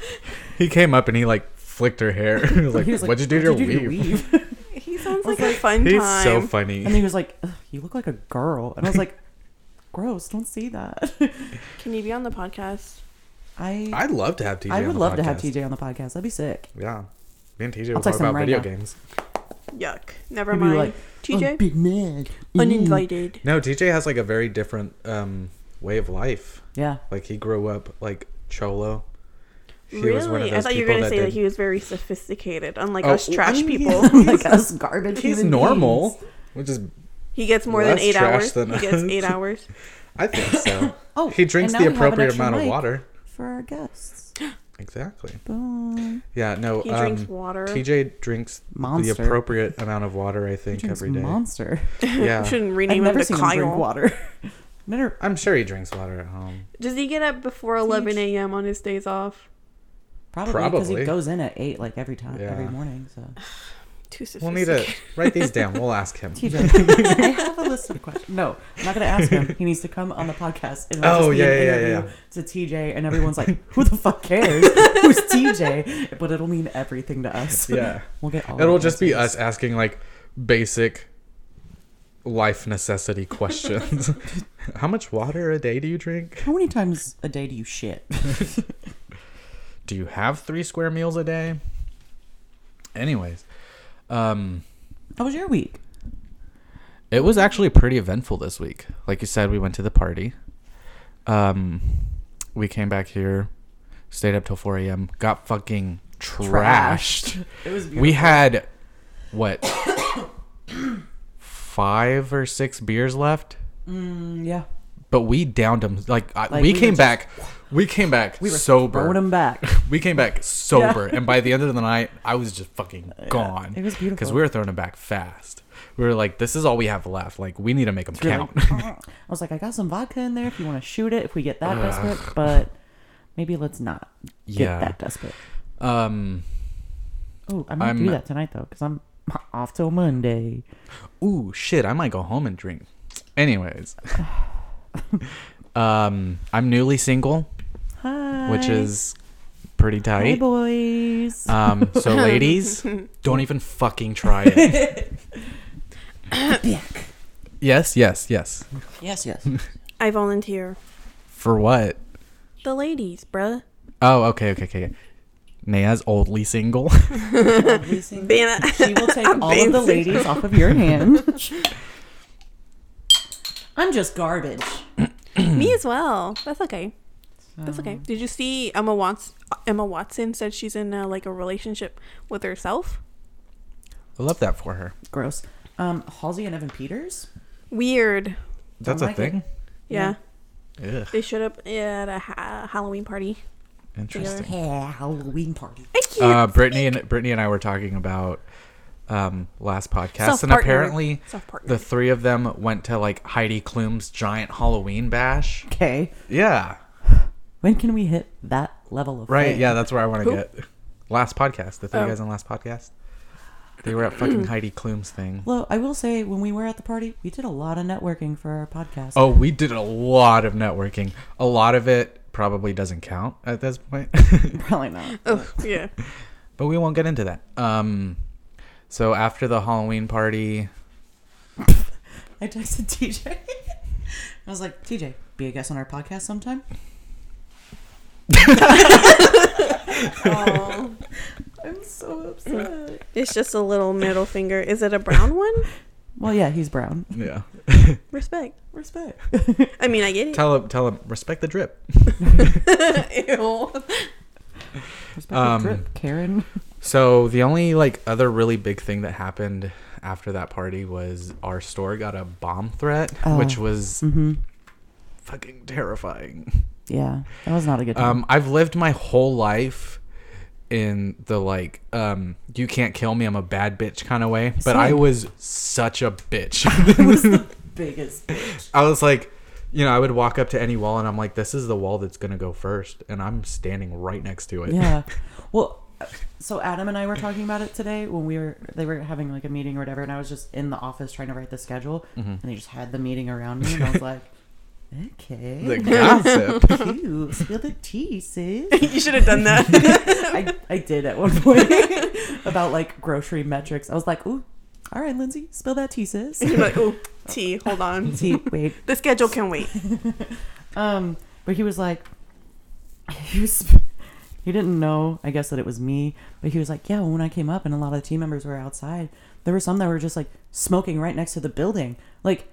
[SPEAKER 4] he came up and he like flicked her hair. He was like,
[SPEAKER 5] He was like,
[SPEAKER 4] "What'd you do to your
[SPEAKER 5] "What'd you
[SPEAKER 4] weave?"
[SPEAKER 5] weave?"
[SPEAKER 3] He sounds like a fun
[SPEAKER 4] He's
[SPEAKER 3] time.
[SPEAKER 4] so
[SPEAKER 5] and
[SPEAKER 4] funny.
[SPEAKER 5] he was like, "Ugh, "You look like a girl," and I was like, "Gross! Don't say that."
[SPEAKER 3] Can you be on the podcast?
[SPEAKER 5] I
[SPEAKER 4] I'd love to have TJ.
[SPEAKER 5] I
[SPEAKER 4] on
[SPEAKER 5] would
[SPEAKER 4] the
[SPEAKER 5] love to have
[SPEAKER 4] podcast.
[SPEAKER 5] TJ on the podcast. That'd be sick.
[SPEAKER 4] Yeah, me and
[SPEAKER 5] I'll
[SPEAKER 4] TJ will talk
[SPEAKER 5] text him
[SPEAKER 4] about
[SPEAKER 5] right
[SPEAKER 4] video
[SPEAKER 5] now.
[SPEAKER 4] games.
[SPEAKER 3] Yuck. Never
[SPEAKER 5] He'd be
[SPEAKER 3] mind.
[SPEAKER 5] like,
[SPEAKER 3] TJ,
[SPEAKER 5] "Oh, big man. Mm.
[SPEAKER 3] uninvited.
[SPEAKER 4] No, TJ has like a very different um, way of life.
[SPEAKER 5] Yeah.
[SPEAKER 4] Like he grew up like cholo. He
[SPEAKER 3] really?
[SPEAKER 4] was one of
[SPEAKER 3] I
[SPEAKER 4] those
[SPEAKER 3] thought you were
[SPEAKER 4] people
[SPEAKER 3] gonna
[SPEAKER 4] that
[SPEAKER 3] say
[SPEAKER 4] did.
[SPEAKER 3] that he was very sophisticated, unlike
[SPEAKER 4] Oh,
[SPEAKER 3] us trash
[SPEAKER 4] I mean,
[SPEAKER 3] people.
[SPEAKER 5] like us garbage.
[SPEAKER 4] He's
[SPEAKER 5] human
[SPEAKER 4] normal,
[SPEAKER 5] beings.
[SPEAKER 4] which is
[SPEAKER 3] He gets more than
[SPEAKER 4] Less
[SPEAKER 3] eight
[SPEAKER 4] trash
[SPEAKER 3] hours.
[SPEAKER 4] than
[SPEAKER 3] he gets
[SPEAKER 4] us.
[SPEAKER 3] eight hours.
[SPEAKER 4] I think so.
[SPEAKER 5] Oh,
[SPEAKER 4] he drinks
[SPEAKER 5] and now
[SPEAKER 4] the
[SPEAKER 5] we have an
[SPEAKER 4] appropriate
[SPEAKER 5] extra
[SPEAKER 4] amount of
[SPEAKER 5] mic
[SPEAKER 4] water.
[SPEAKER 5] for our guests.
[SPEAKER 4] Exactly.
[SPEAKER 5] Boom.
[SPEAKER 4] Yeah. No.
[SPEAKER 3] He
[SPEAKER 4] um,
[SPEAKER 3] drinks water.
[SPEAKER 4] TJ drinks
[SPEAKER 5] Monster.
[SPEAKER 4] the appropriate amount of water. I think
[SPEAKER 5] Drinks
[SPEAKER 4] every day.
[SPEAKER 5] Monster.
[SPEAKER 3] I
[SPEAKER 4] Yeah.
[SPEAKER 3] shouldn't
[SPEAKER 5] I've
[SPEAKER 3] rename him
[SPEAKER 5] never
[SPEAKER 3] to
[SPEAKER 5] seen
[SPEAKER 3] Kyle.
[SPEAKER 5] him drink water. never.
[SPEAKER 4] I'm sure he drinks water at home.
[SPEAKER 3] Does he get up before 11 a.m. on his days off?
[SPEAKER 5] Probably because he
[SPEAKER 4] Probably.
[SPEAKER 5] goes in at eight like every time,
[SPEAKER 4] Yeah.
[SPEAKER 5] every morning. So
[SPEAKER 3] Too
[SPEAKER 4] We'll
[SPEAKER 3] sophisticated.
[SPEAKER 4] need to write these down. We'll ask him.
[SPEAKER 5] TJ, I have a list of questions. No, I'm not gonna ask him. He needs to come on the podcast and it'll
[SPEAKER 4] Oh,
[SPEAKER 5] just be an
[SPEAKER 4] yeah, yeah,
[SPEAKER 5] interview to TJ, and everyone's like, "Who the fuck cares? Who's TJ?" But it'll mean everything to us.
[SPEAKER 4] Yeah.
[SPEAKER 5] we'll get all.
[SPEAKER 4] It'll
[SPEAKER 5] the
[SPEAKER 4] just be
[SPEAKER 5] answers.
[SPEAKER 4] us asking like basic life necessity questions. How much water a day do you drink?
[SPEAKER 5] How many times a day do you shit?
[SPEAKER 4] Do you have three square meals a day? Anyways, um,
[SPEAKER 5] How was your week?
[SPEAKER 4] it was actually pretty eventful this week. Like you said, we went to the party. Um, we came back here, stayed up till 4 a.m., got fucking trashed.
[SPEAKER 5] It was
[SPEAKER 4] We had what five or six beers left,
[SPEAKER 5] Mm, yeah.
[SPEAKER 4] But we downed them. Like, I,
[SPEAKER 5] Like,
[SPEAKER 4] we,
[SPEAKER 5] we were
[SPEAKER 4] came
[SPEAKER 5] just-
[SPEAKER 4] back. We came back
[SPEAKER 5] We were
[SPEAKER 4] sober.
[SPEAKER 5] throwing 'em back.
[SPEAKER 4] we came back sober, and by the end of the night, I was just fucking gone.
[SPEAKER 5] it was beautiful.
[SPEAKER 4] because we were throwing them back fast. We were like, "This is all we have left. Like, we need to make them
[SPEAKER 5] You're
[SPEAKER 4] count."
[SPEAKER 5] like, "Ah." I was like, I got some vodka in there if you want to shoot it, if we get that desperate, but maybe let's not get
[SPEAKER 4] Yeah.
[SPEAKER 5] that desperate.
[SPEAKER 4] um.
[SPEAKER 5] Oh, I might
[SPEAKER 4] I'm-
[SPEAKER 5] do that tonight though, because I'm off till Monday.
[SPEAKER 4] Ooh, shit. I might go home and drink. Anyways. um, I'm newly single,
[SPEAKER 5] Hi,
[SPEAKER 4] which is pretty
[SPEAKER 5] hey
[SPEAKER 4] tight.
[SPEAKER 5] boys.
[SPEAKER 4] Um, so ladies, don't even fucking try it. yes, yes, yes.
[SPEAKER 5] yes, yes.
[SPEAKER 3] I volunteer.
[SPEAKER 4] For what?
[SPEAKER 3] The ladies, bruh.
[SPEAKER 4] Oh, okay, okay, okay. Naya's oldly single.
[SPEAKER 5] she
[SPEAKER 3] Being a-
[SPEAKER 5] will take
[SPEAKER 3] I'm
[SPEAKER 5] all of the
[SPEAKER 3] being-
[SPEAKER 5] ladies off of your hand. I'm just garbage.
[SPEAKER 3] Me as well. That's okay. That's okay. Did you see Emma Watson? Emma Watson said she's in uh, like a relationship with herself.
[SPEAKER 4] I love that for her.
[SPEAKER 5] Gross. Um, Halsey and Evan Peters.
[SPEAKER 3] Weird.
[SPEAKER 4] That's
[SPEAKER 5] Don't
[SPEAKER 4] a
[SPEAKER 5] like
[SPEAKER 4] thing.
[SPEAKER 3] Yeah.
[SPEAKER 4] Ugh,
[SPEAKER 3] They showed up at a ha- Halloween party.
[SPEAKER 4] interesting.
[SPEAKER 5] Yeah, Halloween party.
[SPEAKER 4] Uh, Brittany and Brittany and I were talking about um, last podcast, and
[SPEAKER 3] Self-partnered.
[SPEAKER 4] apparently
[SPEAKER 3] Self-partnered.
[SPEAKER 4] the three of them went to like Heidi Klum's giant Halloween bash.
[SPEAKER 5] Okay,
[SPEAKER 4] Yeah,
[SPEAKER 5] when can we hit that level of
[SPEAKER 4] right.
[SPEAKER 5] fame?
[SPEAKER 4] Yeah, that's where I want to get. Last podcast, the three
[SPEAKER 3] Oh.
[SPEAKER 4] guys on last podcast, they were at fucking Heidi Klum's thing.
[SPEAKER 5] Well, I will say when we were at the party, we did a lot of networking for our podcast.
[SPEAKER 4] Oh, we did a lot of networking. A lot of it probably doesn't count at this point.
[SPEAKER 5] Probably not.
[SPEAKER 3] Oh yeah.
[SPEAKER 4] but we won't get into that. Um, so after the Halloween party,
[SPEAKER 5] I texted TJ. I was like, TJ, be a guest on our podcast sometime.
[SPEAKER 3] Oh,
[SPEAKER 5] I'm so upset.
[SPEAKER 3] it's just a little middle finger. Is it a brown one?
[SPEAKER 5] Well, yeah, he's brown.
[SPEAKER 4] yeah,
[SPEAKER 3] Respect.
[SPEAKER 5] Respect.
[SPEAKER 3] I mean, I get it.
[SPEAKER 4] tell him, tell him, respect the drip.
[SPEAKER 3] Ew.
[SPEAKER 5] Respect
[SPEAKER 4] Um,
[SPEAKER 5] drip, Karen.
[SPEAKER 4] So the only like other really big thing that happened after that party was our store got a bomb threat,
[SPEAKER 5] Oh.
[SPEAKER 4] which was
[SPEAKER 5] Mm-hmm.
[SPEAKER 4] fucking terrifying.
[SPEAKER 5] Yeah, that was not a good time.
[SPEAKER 4] Um, I've lived my whole life in the like, um, you can't kill me, I'm a bad bitch kind of way, but I
[SPEAKER 5] Same.
[SPEAKER 4] was such a bitch.
[SPEAKER 5] biggest bitch.
[SPEAKER 4] I was like, you know, I would walk up to any wall and I'm like, this is the wall that's gonna go first, and I'm standing right next to it.
[SPEAKER 5] Yeah. Well, so Adam and I were talking about it today when we were they were having like a meeting or whatever, and I was just in the office trying to write the schedule,
[SPEAKER 4] Mm-hmm.
[SPEAKER 5] and they just had the meeting around me, and I was like, okay.
[SPEAKER 4] The gossip.
[SPEAKER 5] Ew, spill the tea, sis.
[SPEAKER 3] you should have done that.
[SPEAKER 5] I, I did at one point about like grocery metrics. I was like, ooh, all right, Lindsay, spill that tea, sis.
[SPEAKER 3] You're like, oh, T. Hold on.
[SPEAKER 5] tea, wait.
[SPEAKER 3] The schedule can wait.
[SPEAKER 5] Um, but he was like, he was, he didn't know, I guess, that it was me. But he was like, yeah, when I came up and a lot of the team members were outside, there were some that were just like smoking right next to the building. Like,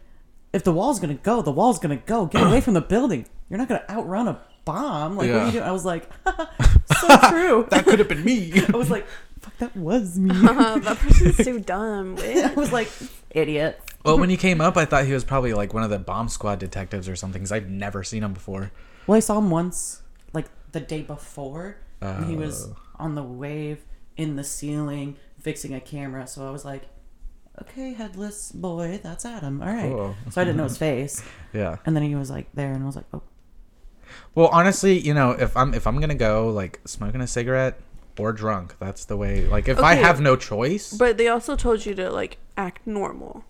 [SPEAKER 5] if the wall's gonna go, the wall's gonna go. Get away from the building. You're not gonna outrun a bomb. Like, what are
[SPEAKER 4] Yeah.
[SPEAKER 5] you doing? I was like, so true.
[SPEAKER 4] that could have been me.
[SPEAKER 5] I was like, fuck, that was me.
[SPEAKER 3] Uh, that person's so dumb.
[SPEAKER 5] I was like, idiot.
[SPEAKER 4] Well, when he came up, I thought he was probably like one of the bomb squad detectives or something. Cause I've never seen him before.
[SPEAKER 5] Well, I saw him once, like the day before, and he was on the wave in the ceiling fixing a camera. So I was like, okay, headless boy, that's Adam. All right.
[SPEAKER 4] Cool.
[SPEAKER 5] So I didn't know his face.
[SPEAKER 4] Yeah.
[SPEAKER 5] And then he was like there, and I was like, oh,
[SPEAKER 4] Well, honestly, you know, if I'm if I'm gonna go like smoking a cigarette or drunk, that's the way. Like, if I
[SPEAKER 3] Okay.
[SPEAKER 4] have no choice,
[SPEAKER 3] But they also told you to like act normal.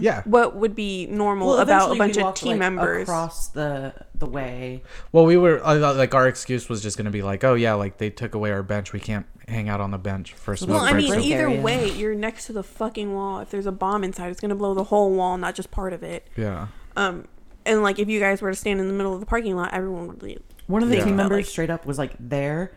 [SPEAKER 4] yeah.
[SPEAKER 3] What would be normal about a bunch of team members?
[SPEAKER 5] across the the way.
[SPEAKER 4] Well, we were I thought, like, our excuse was just gonna be like, oh yeah, like they took away our bench, we can't hang out on the bench for smoke
[SPEAKER 3] Well, I
[SPEAKER 4] breaks.
[SPEAKER 3] mean,
[SPEAKER 5] break
[SPEAKER 3] either
[SPEAKER 5] area.
[SPEAKER 3] way, you're next to the fucking wall. If there's a bomb inside, it's gonna blow the whole wall, not just part of it.
[SPEAKER 4] yeah.
[SPEAKER 3] Um, and like if you guys were to stand in the middle of the parking lot, everyone would leave.
[SPEAKER 5] One of the
[SPEAKER 4] Yeah.
[SPEAKER 5] team members
[SPEAKER 3] Like-
[SPEAKER 5] straight up was like there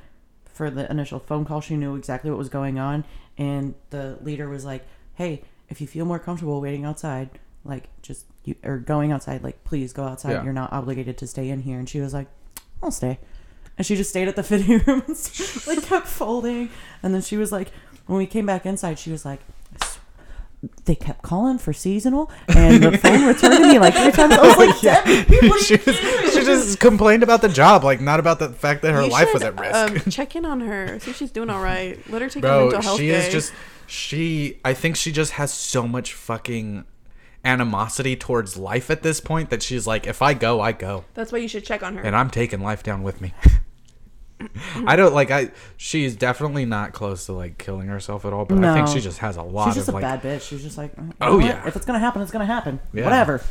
[SPEAKER 5] for the initial phone call. She knew exactly what was going on, and the leader was like, "Hey, if you feel more comfortable waiting outside, like just you or going outside, like please go outside.
[SPEAKER 4] Yeah.
[SPEAKER 5] You're not obligated to stay in here." And she was like, "I'll stay," and she just stayed at the fitting room and like kept folding. And then she was like, when we came back inside, she was like. "I sw- they kept calling for seasonal, and the phone returned to me like three times. I
[SPEAKER 4] Oh,
[SPEAKER 5] was like, "Debbie, what are
[SPEAKER 4] she,
[SPEAKER 5] you
[SPEAKER 4] was- she just complained about the job, like not about the fact that her
[SPEAKER 3] You
[SPEAKER 4] life
[SPEAKER 3] should,
[SPEAKER 4] was at risk.
[SPEAKER 3] Um, check in on her. See if she's doing all right. Let her take a
[SPEAKER 4] Bro,
[SPEAKER 3] mental health
[SPEAKER 4] she
[SPEAKER 3] day.
[SPEAKER 4] is just she. I think she just has so much fucking animosity towards life at this point that she's like, if I go, I go,
[SPEAKER 3] That's why you should check on her.
[SPEAKER 4] and I'm taking life down with me. I don't like. I she's definitely not close to like killing herself at all, but I think
[SPEAKER 5] No.
[SPEAKER 4] she just has a lot
[SPEAKER 5] She's just a
[SPEAKER 4] of like.
[SPEAKER 5] bad bitch. She's just like,
[SPEAKER 4] Oh,
[SPEAKER 5] oh
[SPEAKER 4] yeah.
[SPEAKER 5] yeah, if it's gonna happen, it's gonna happen.
[SPEAKER 4] Yeah.
[SPEAKER 5] Whatever.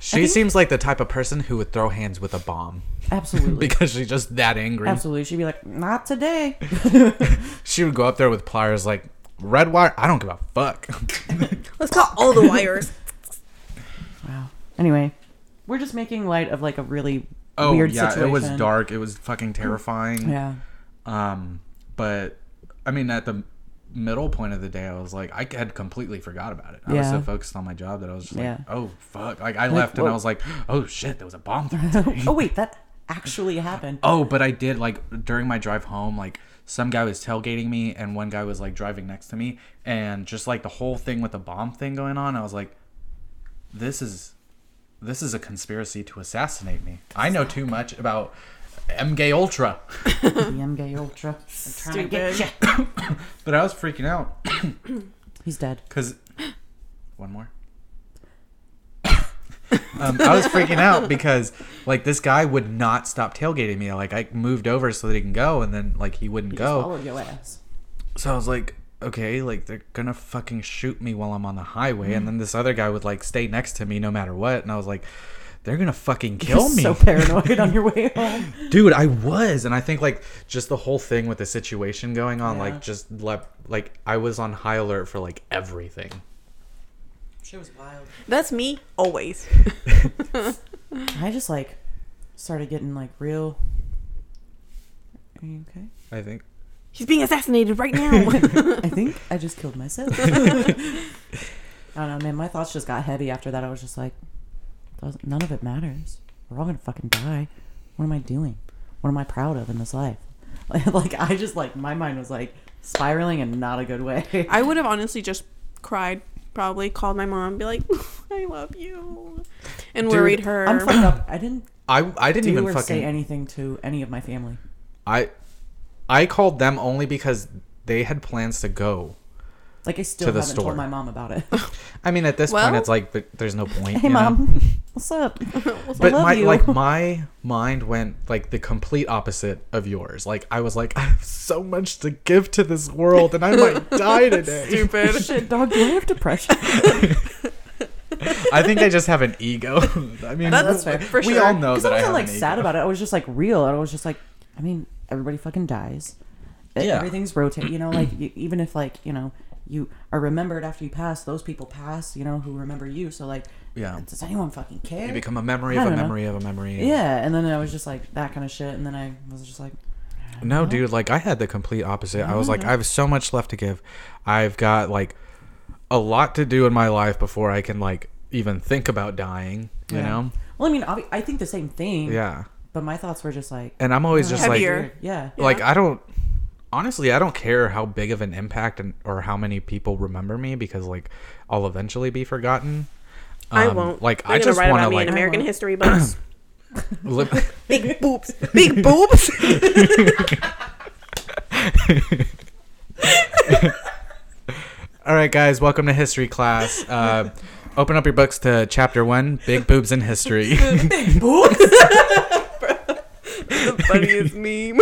[SPEAKER 4] she seems like the type of person who would throw hands with a bomb
[SPEAKER 5] Absolutely,
[SPEAKER 4] because she's just that angry.
[SPEAKER 5] absolutely. She'd be like, not today.
[SPEAKER 4] She would go up there with pliers, like red wire. I don't give a fuck.
[SPEAKER 3] Let's call all the wires.
[SPEAKER 5] Wow. Anyway, we're just making light of like a really
[SPEAKER 4] oh
[SPEAKER 5] weird
[SPEAKER 4] yeah,
[SPEAKER 5] situation.
[SPEAKER 4] it was dark. It was fucking terrifying.
[SPEAKER 5] Yeah.
[SPEAKER 4] Um, but I mean, at the middle point of the day, I was like, I had completely forgot about it. I was
[SPEAKER 5] Yeah.
[SPEAKER 4] so focused on my job that I was just like,
[SPEAKER 5] Yeah.
[SPEAKER 4] oh fuck. Like I left and I
[SPEAKER 5] whoa.
[SPEAKER 4] was like, oh shit, there was a bomb threat. today.
[SPEAKER 5] Oh wait, that actually happened.
[SPEAKER 4] Oh, but I did like during my drive home, like some guy was tailgating me and one guy was like driving next to me and just like the whole thing with the bomb thing going on, I was like this is this is a conspiracy to assassinate me. I know too much about MK Ultra.
[SPEAKER 5] DMG Ultra. I'm trying to get
[SPEAKER 3] Stupid.
[SPEAKER 5] ya.
[SPEAKER 4] But I was freaking out
[SPEAKER 5] He's dead.
[SPEAKER 4] cuz one more um, I was freaking out because like this guy would not stop tailgating me. Like I moved over so that he can go, and then like he wouldn't
[SPEAKER 5] He
[SPEAKER 4] go.
[SPEAKER 5] just followed your ass.
[SPEAKER 4] So I was like, okay, like they're gonna fucking shoot me while I'm on the highway, and then this other guy would like stay next to me no matter what, and I was like, they're gonna fucking kill
[SPEAKER 5] You're
[SPEAKER 4] me,
[SPEAKER 5] So paranoid on your way home.
[SPEAKER 4] dude. I was, and I think like just the whole thing with the situation going on, like just le- like I was on high alert for like everything.
[SPEAKER 5] She was wild.
[SPEAKER 3] That's me always.
[SPEAKER 5] I just like started getting like real. Are you okay?
[SPEAKER 4] I think
[SPEAKER 3] She's being assassinated right now.
[SPEAKER 5] I think I just killed myself. I don't know, man. My thoughts just got heavy after that. I was just like, doesn't- none of it matters. We're all gonna fucking die. What am I doing? What am I proud of in this life? Like, I just like my mind was like spiraling in not a good way.
[SPEAKER 3] I would have honestly just cried, probably called my mom, be like, "I love you," and worried her.
[SPEAKER 5] I'm fucked up. I didn't
[SPEAKER 4] I I didn't
[SPEAKER 5] do
[SPEAKER 4] even
[SPEAKER 5] or
[SPEAKER 4] fucking
[SPEAKER 5] say anything to any of my family.
[SPEAKER 4] I I called them only because they had plans to go.
[SPEAKER 5] Like I still
[SPEAKER 4] To the
[SPEAKER 5] haven't
[SPEAKER 4] store.
[SPEAKER 5] told my mom about it.
[SPEAKER 4] I mean, at this
[SPEAKER 3] Well-
[SPEAKER 4] point, it's like th- there's no point.
[SPEAKER 5] hey
[SPEAKER 4] you know?
[SPEAKER 5] mom, what's up? love
[SPEAKER 4] but my
[SPEAKER 5] you.
[SPEAKER 4] like my mind went like the complete opposite of yours. Like I was like, I have so much to give to this world, and I might die today.
[SPEAKER 3] stupid.
[SPEAKER 5] Shit, dog, do I have depression?
[SPEAKER 4] I think I just have an ego. I mean,
[SPEAKER 3] That's
[SPEAKER 5] fair.
[SPEAKER 3] for
[SPEAKER 4] we
[SPEAKER 3] sure.
[SPEAKER 4] all know
[SPEAKER 5] Because
[SPEAKER 4] that
[SPEAKER 5] I
[SPEAKER 4] I have
[SPEAKER 5] wasn't like
[SPEAKER 4] an
[SPEAKER 5] sad
[SPEAKER 4] ego.
[SPEAKER 5] about it. I was just like real. I was just like, I mean, everybody fucking dies. E-
[SPEAKER 4] Yeah.
[SPEAKER 5] Everything's rotate. You know, like you, even if like you know you are remembered after you pass, those people pass. You know who remember you. So like,
[SPEAKER 4] Yeah.
[SPEAKER 5] does anyone fucking care?
[SPEAKER 4] You become a memory
[SPEAKER 5] I
[SPEAKER 4] of a
[SPEAKER 5] don't know.
[SPEAKER 4] memory of a memory.
[SPEAKER 5] yeah. And then I was just like that kind of shit. And then I was just like,
[SPEAKER 4] No, dude, like I had the complete opposite. I was like, I have so much left to give. I've got like a lot to do in my life before I can like even think about dying. You
[SPEAKER 5] Yeah.
[SPEAKER 4] know?
[SPEAKER 5] well, I mean, obvi- I think the same thing.
[SPEAKER 4] Yeah.
[SPEAKER 5] But my thoughts were just like,
[SPEAKER 4] And Oh, I'm always just like,
[SPEAKER 3] Heavier.
[SPEAKER 5] weird. yeah.
[SPEAKER 4] like i don't honestly i don't care how big of an impact and or how many people remember me because like i'll eventually be forgotten
[SPEAKER 3] I
[SPEAKER 4] Um,
[SPEAKER 3] won't.
[SPEAKER 4] like
[SPEAKER 3] They're
[SPEAKER 4] i
[SPEAKER 3] gonna
[SPEAKER 4] just
[SPEAKER 3] write
[SPEAKER 4] want to
[SPEAKER 3] about me in
[SPEAKER 4] like
[SPEAKER 3] American history books.
[SPEAKER 4] li-
[SPEAKER 3] big boobs, big boobs.
[SPEAKER 4] all right guys welcome to history class uh open up your books to chapter one big boobs in history
[SPEAKER 3] the funniest meme.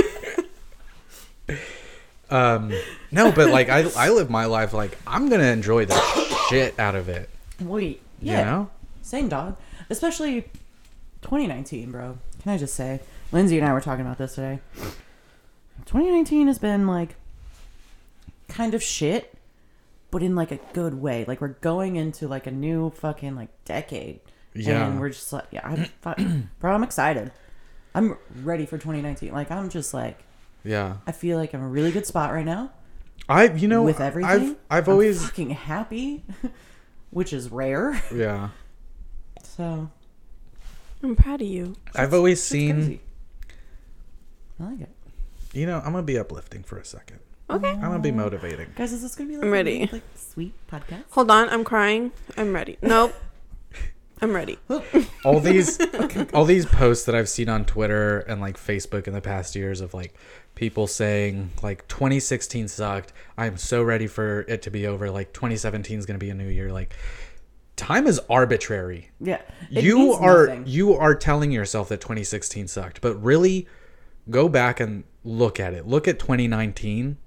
[SPEAKER 4] um no but like i i live my life like i'm gonna enjoy the shit out of it
[SPEAKER 5] Wait.
[SPEAKER 4] you
[SPEAKER 5] Yeah.
[SPEAKER 4] know
[SPEAKER 5] Same dog. Especially 2019, bro. Can I just say? Lindsay and I were talking about this today. 2019 has been like kind of shit, but in like a good way. Like we're going into like a new fucking like decade.
[SPEAKER 4] Yeah.
[SPEAKER 5] And we're just like, yeah, I'm fu- bro, I'm excited. I'm ready for 2019. Like I'm just like,
[SPEAKER 4] yeah
[SPEAKER 5] I feel like I'm in a really good spot right now
[SPEAKER 4] i you know
[SPEAKER 5] with everything.
[SPEAKER 4] i've i've
[SPEAKER 5] I'm
[SPEAKER 4] always
[SPEAKER 5] fucking happy, which is rare.
[SPEAKER 4] yeah
[SPEAKER 5] So
[SPEAKER 3] I'm proud of you.
[SPEAKER 4] i've always
[SPEAKER 5] It's
[SPEAKER 4] seen
[SPEAKER 5] cozy. I like it.
[SPEAKER 4] you know i'm gonna be uplifting for a second
[SPEAKER 3] Okay.
[SPEAKER 4] I'm gonna be motivating.
[SPEAKER 5] Guys, is this gonna be like
[SPEAKER 3] I'm
[SPEAKER 5] a
[SPEAKER 3] ready.
[SPEAKER 5] really, like sweet podcast?
[SPEAKER 3] Hold on, I'm crying. I'm ready. Nope. I'm ready.
[SPEAKER 4] all these all these posts that I've seen on Twitter and like Facebook in the past years of like people saying like 2016 sucked. I'm so ready for it to be over. Like 2017 is going to be a new year. Like time is arbitrary.
[SPEAKER 5] Yeah. It
[SPEAKER 4] you
[SPEAKER 5] means
[SPEAKER 4] are
[SPEAKER 5] nothing.
[SPEAKER 4] you are telling yourself that 2016 sucked, but really go back and look at it. Look at 2019.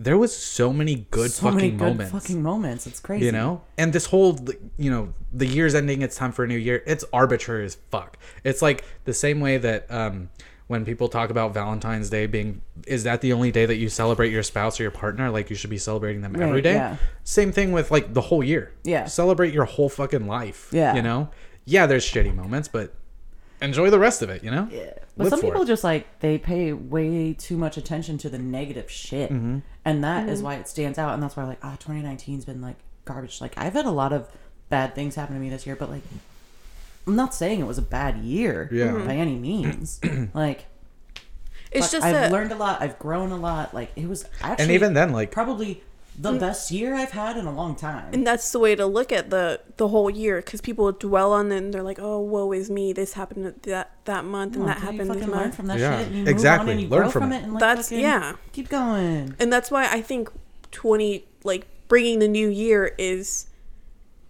[SPEAKER 4] There was so many good
[SPEAKER 5] so
[SPEAKER 4] fucking
[SPEAKER 5] many good
[SPEAKER 4] moments
[SPEAKER 5] fucking moments. It's crazy.
[SPEAKER 4] you know and this whole th- you know the year's ending it's time for a new year it's arbitrary as fuck it's like the same way that um when people talk about valentine's day being is that the only day that you celebrate your spouse or your partner like you should be celebrating them every
[SPEAKER 5] Right,
[SPEAKER 4] day
[SPEAKER 5] yeah.
[SPEAKER 4] same thing with like the whole year
[SPEAKER 5] Yeah.
[SPEAKER 4] celebrate your whole fucking life
[SPEAKER 5] Yeah.
[SPEAKER 4] you know yeah there's shitty moments but enjoy the rest of it you know yeah
[SPEAKER 5] But some people just like they pay way too much attention to the negative shit,
[SPEAKER 4] Mm-hmm.
[SPEAKER 5] and that is
[SPEAKER 3] Mm-hmm.
[SPEAKER 5] why it stands out. And that's why like ah, 2019's been like garbage. Like I've had a lot of bad things happen to me this year, but like I'm not saying it was a bad year
[SPEAKER 4] Yeah. Mhm.
[SPEAKER 5] by any means. like
[SPEAKER 3] Mm-hmm. It's
[SPEAKER 5] but
[SPEAKER 3] just
[SPEAKER 5] I've
[SPEAKER 3] that
[SPEAKER 5] learned a lot. I've grown a lot. Like it was actually
[SPEAKER 4] and even then like
[SPEAKER 5] probably the
[SPEAKER 3] Mm.
[SPEAKER 5] best year I've had in a long time.
[SPEAKER 3] and that's the way to look at the the whole year because people dwell on it and they're like, "Oh, woe is me. This happened that that month and that
[SPEAKER 5] Until you
[SPEAKER 3] happened this
[SPEAKER 5] fucking learn
[SPEAKER 3] month."
[SPEAKER 5] from that
[SPEAKER 4] Yeah,
[SPEAKER 5] shit. And you
[SPEAKER 4] exactly.
[SPEAKER 5] Move on and you
[SPEAKER 4] Learn
[SPEAKER 5] grow
[SPEAKER 4] from
[SPEAKER 5] from
[SPEAKER 4] it.
[SPEAKER 5] it. And like
[SPEAKER 3] That's-
[SPEAKER 5] fucking
[SPEAKER 3] yeah.
[SPEAKER 5] Keep going.
[SPEAKER 3] and that's why I think 20 like bringing the new year is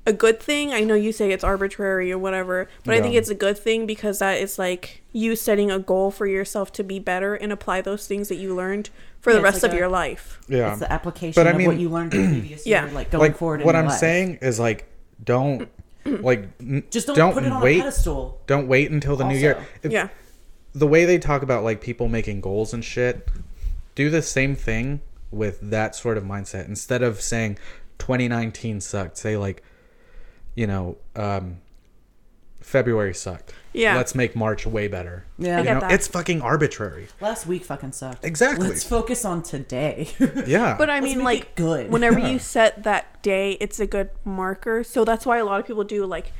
[SPEAKER 3] a good thing. I know you say it's arbitrary or whatever, but I think
[SPEAKER 4] Yeah.
[SPEAKER 3] it's a good thing because that is like you setting a goal for yourself to be better and apply those things that you learned for the
[SPEAKER 5] it's
[SPEAKER 3] rest
[SPEAKER 5] like
[SPEAKER 3] of
[SPEAKER 5] a-
[SPEAKER 3] your life.
[SPEAKER 4] yeah
[SPEAKER 5] It's the application
[SPEAKER 4] Um, I
[SPEAKER 5] of what
[SPEAKER 4] mean-
[SPEAKER 5] you learned in the previous
[SPEAKER 3] Yeah.
[SPEAKER 5] year, like going
[SPEAKER 4] like
[SPEAKER 5] forward. in
[SPEAKER 4] what
[SPEAKER 5] your
[SPEAKER 4] i'm
[SPEAKER 5] life.
[SPEAKER 4] saying is like don't like n-
[SPEAKER 5] just don't, put it on a
[SPEAKER 4] wait
[SPEAKER 5] pedestal.
[SPEAKER 4] Don't wait until the new
[SPEAKER 5] Also.
[SPEAKER 4] year. If-
[SPEAKER 3] Yeah.
[SPEAKER 4] The way they talk about like people making goals and shit, do the same thing with that sort of mindset. Instead of saying 2019 sucked, say like, you know, um, February sucked.
[SPEAKER 3] Yeah.
[SPEAKER 4] Let's make March way better.
[SPEAKER 5] Yeah. I
[SPEAKER 4] You
[SPEAKER 5] get
[SPEAKER 4] know,
[SPEAKER 3] that.
[SPEAKER 4] it's fucking arbitrary.
[SPEAKER 5] Last week fucking sucked.
[SPEAKER 4] Exactly.
[SPEAKER 5] Let's focus on today.
[SPEAKER 4] Yeah.
[SPEAKER 3] But I
[SPEAKER 5] Let's
[SPEAKER 3] mean
[SPEAKER 5] make
[SPEAKER 3] like
[SPEAKER 5] it good.
[SPEAKER 3] whenever
[SPEAKER 4] Yeah.
[SPEAKER 3] you set that day, it's a good marker. So that's why a lot of people do like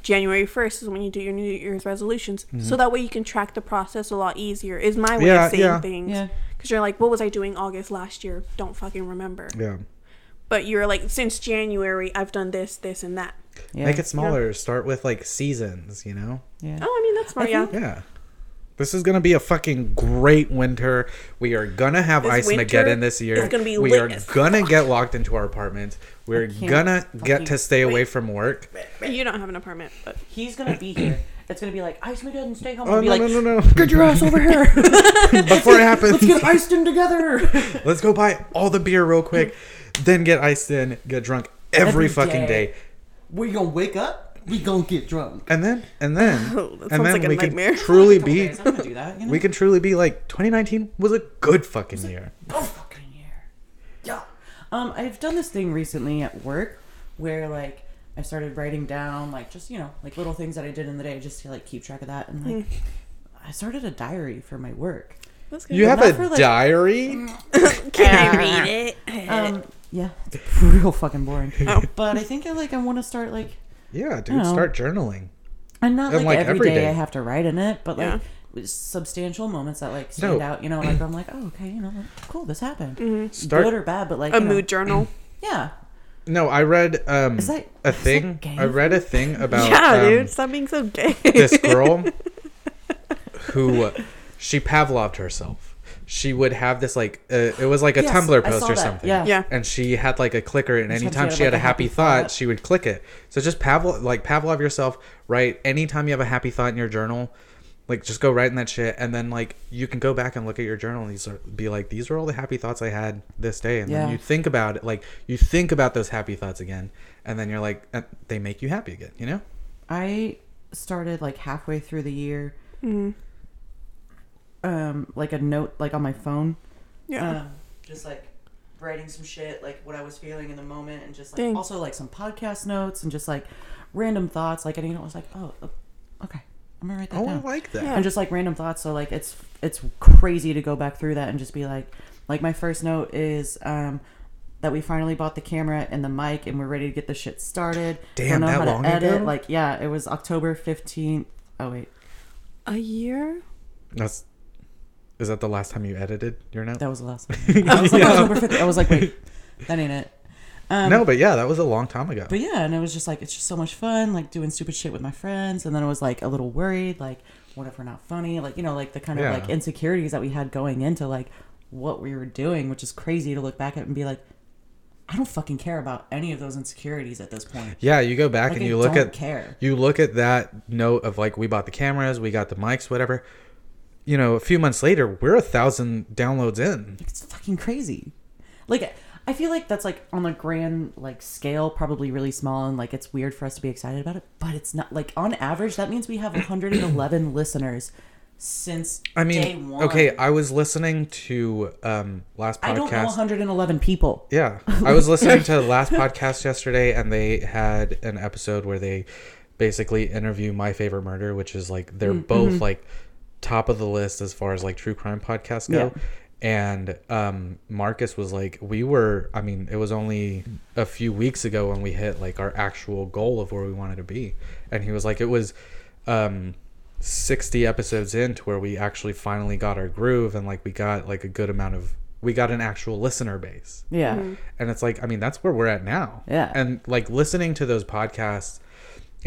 [SPEAKER 3] January 1st is when you do your New Year's resolutions. So that way you can track the process a lot easier, is my way
[SPEAKER 4] Yeah,
[SPEAKER 3] of saying
[SPEAKER 4] yeah.
[SPEAKER 3] things.
[SPEAKER 5] Yeah.
[SPEAKER 3] Because you're like, what was I doing August last year? Don't fucking remember.
[SPEAKER 4] yeah.
[SPEAKER 3] But you're like, since January, I've done this, this, and that.
[SPEAKER 5] Yeah.
[SPEAKER 4] Make it smaller. Start with like seasons, you know?
[SPEAKER 5] Yeah.
[SPEAKER 3] Oh, I mean, that's smart. yeah.
[SPEAKER 4] Yeah. This is gonna be a fucking great winter. We are gonna have ice
[SPEAKER 3] This
[SPEAKER 4] mageddon
[SPEAKER 3] winter
[SPEAKER 4] this year.
[SPEAKER 3] is gonna be
[SPEAKER 4] we
[SPEAKER 3] lit
[SPEAKER 4] are
[SPEAKER 3] as
[SPEAKER 4] gonna get locked into our apartments. We're
[SPEAKER 5] can't
[SPEAKER 4] gonna get
[SPEAKER 5] fucking
[SPEAKER 4] to stay away from work.
[SPEAKER 3] You don't have an apartment, but
[SPEAKER 5] He's gonna be here. It's gonna be like ice me and stay home.
[SPEAKER 4] Oh
[SPEAKER 5] I'll be
[SPEAKER 4] no,
[SPEAKER 5] like,
[SPEAKER 4] no no no!
[SPEAKER 5] Get your ass over here.
[SPEAKER 4] Before it happens,
[SPEAKER 5] Get iced in together.
[SPEAKER 4] let's go buy all the beer real quick, then get iced in, get drunk every,
[SPEAKER 5] Every
[SPEAKER 4] fucking
[SPEAKER 5] day.
[SPEAKER 4] day.
[SPEAKER 5] we gonna wake up. We gonna get drunk.
[SPEAKER 4] and then and then
[SPEAKER 3] Oh, that sounds
[SPEAKER 4] and then
[SPEAKER 3] like a
[SPEAKER 4] we can
[SPEAKER 3] nightmare.
[SPEAKER 4] truly be
[SPEAKER 5] Guys, I'm gonna do that. You know?
[SPEAKER 4] we can truly be like 2019 was a good fucking year.
[SPEAKER 5] Oh fucking year. Yeah. Um, I've done this thing recently at work where like I started writing down like just you know like little things that I did in the day just to like keep track of that and like I started a diary for my work.
[SPEAKER 3] that's good.
[SPEAKER 4] You have
[SPEAKER 5] not
[SPEAKER 4] a
[SPEAKER 5] for, like-
[SPEAKER 4] diary.
[SPEAKER 3] Mm. Can I read it?
[SPEAKER 5] Um, yeah, it's real fucking boring. But I think I like I want to start like
[SPEAKER 4] Yeah,
[SPEAKER 5] I
[SPEAKER 4] dude,
[SPEAKER 5] know.
[SPEAKER 4] start journaling.
[SPEAKER 5] and not
[SPEAKER 4] And,
[SPEAKER 5] like,
[SPEAKER 4] like, every
[SPEAKER 5] every day,
[SPEAKER 4] day.
[SPEAKER 5] I have to write in it, but like
[SPEAKER 3] Yeah.
[SPEAKER 5] with substantial moments that like stand
[SPEAKER 4] No.
[SPEAKER 5] out. You know, like I'm like oh okay you know like, cool this happened
[SPEAKER 4] Start
[SPEAKER 5] good or bad, but like
[SPEAKER 3] A
[SPEAKER 5] you know,
[SPEAKER 3] mood journal.
[SPEAKER 5] Yeah,
[SPEAKER 4] No, I read um
[SPEAKER 5] that-
[SPEAKER 4] a
[SPEAKER 5] is that
[SPEAKER 4] thing.
[SPEAKER 5] gay?
[SPEAKER 4] I read a thing about
[SPEAKER 3] yeah,
[SPEAKER 4] um,
[SPEAKER 3] dude. Stop being so gay.
[SPEAKER 4] this girl who she Pavloved herself. She would have this like uh, it was like a
[SPEAKER 5] Yes,
[SPEAKER 4] Tumblr
[SPEAKER 5] I
[SPEAKER 4] post
[SPEAKER 5] saw
[SPEAKER 4] or
[SPEAKER 5] that,
[SPEAKER 4] something.
[SPEAKER 5] yeah.
[SPEAKER 3] Yeah.
[SPEAKER 4] And she had like a clicker, and anytime she had a happy thought,
[SPEAKER 5] thought.
[SPEAKER 4] she would click it. So just Pavlov, like Pavlov yourself, right? Anytime you have a happy thought in your journal, like just go write in that shit, and then like you can go back and look at your journal and these are, be like, these are all the happy thoughts I had this day, and then
[SPEAKER 5] Yeah.
[SPEAKER 4] you think about it, like you think about those happy thoughts again, and then you're like, uh, they make you happy again, you know?
[SPEAKER 5] I started like halfway through the year,
[SPEAKER 3] Mm-hmm.
[SPEAKER 5] um, like a note like on my phone,
[SPEAKER 3] yeah.
[SPEAKER 5] um, just like writing some shit like what I was feeling in the moment, and just like
[SPEAKER 3] Dang.
[SPEAKER 5] also like some podcast notes and just like random thoughts. Like and you know, I was like, oh, uh, okay, I'm gonna write that
[SPEAKER 4] Oh, I
[SPEAKER 5] down.
[SPEAKER 4] like that.
[SPEAKER 5] and just like random thoughts. So like it's it's crazy to go back through that and just be like, like my first note is um that we finally bought the camera and the mic and we're ready to get the shit started.
[SPEAKER 4] Damn, that long ago?
[SPEAKER 5] Like yeah, it was October fifteenth. Oh wait,
[SPEAKER 3] a year?
[SPEAKER 4] That's Is that the last time you edited your note?
[SPEAKER 5] That was the last. One. I was like, October 15th. I was like, wait, that ain't it. Um,
[SPEAKER 4] no, but yeah, that was a long time ago.
[SPEAKER 5] But yeah, and it was just like it's just so much fun, like doing stupid shit with my friends, and then I was like a little worried, like what if we're not funny, like you know, like the kind
[SPEAKER 4] Yeah.
[SPEAKER 5] of like insecurities that we had going into like what we were doing, which is crazy to look back at and be like, I don't fucking care about any of those insecurities at this point.
[SPEAKER 4] yeah, you go back
[SPEAKER 5] Like,
[SPEAKER 4] and
[SPEAKER 5] I
[SPEAKER 4] you look
[SPEAKER 5] don't
[SPEAKER 4] at
[SPEAKER 5] care.
[SPEAKER 4] you look at that note of like we bought the cameras, we got the mics, whatever. You know, a few months later, we're a thousand downloads in.
[SPEAKER 5] It's fucking crazy. Like I feel like that's like on a grand like scale, probably really small, and like it's weird for us to be excited about it. But it's not like on average that means we have 111 listeners since
[SPEAKER 4] I
[SPEAKER 5] day
[SPEAKER 4] mean,
[SPEAKER 5] one.
[SPEAKER 4] okay, I was listening to um last podcast.
[SPEAKER 5] I don't know 111 people.
[SPEAKER 4] Yeah. I was listening to the last podcast yesterday and they had an episode where they basically interview My Favorite Murder, which is like they're both like top of the list as far as like true crime podcasts go.
[SPEAKER 5] Yeah.
[SPEAKER 4] And um Marcus was like, We were I mean, it was only a few weeks ago when we hit like our actual goal of where we wanted to be. And he was like, It was um 60 episodes in to where we actually finally got our groove and like we got like a good amount of we got an actual listener base
[SPEAKER 5] Yeah.
[SPEAKER 3] Mm-hmm.
[SPEAKER 4] and it's like i mean that's where we're at now
[SPEAKER 5] Yeah.
[SPEAKER 4] and like listening to those podcasts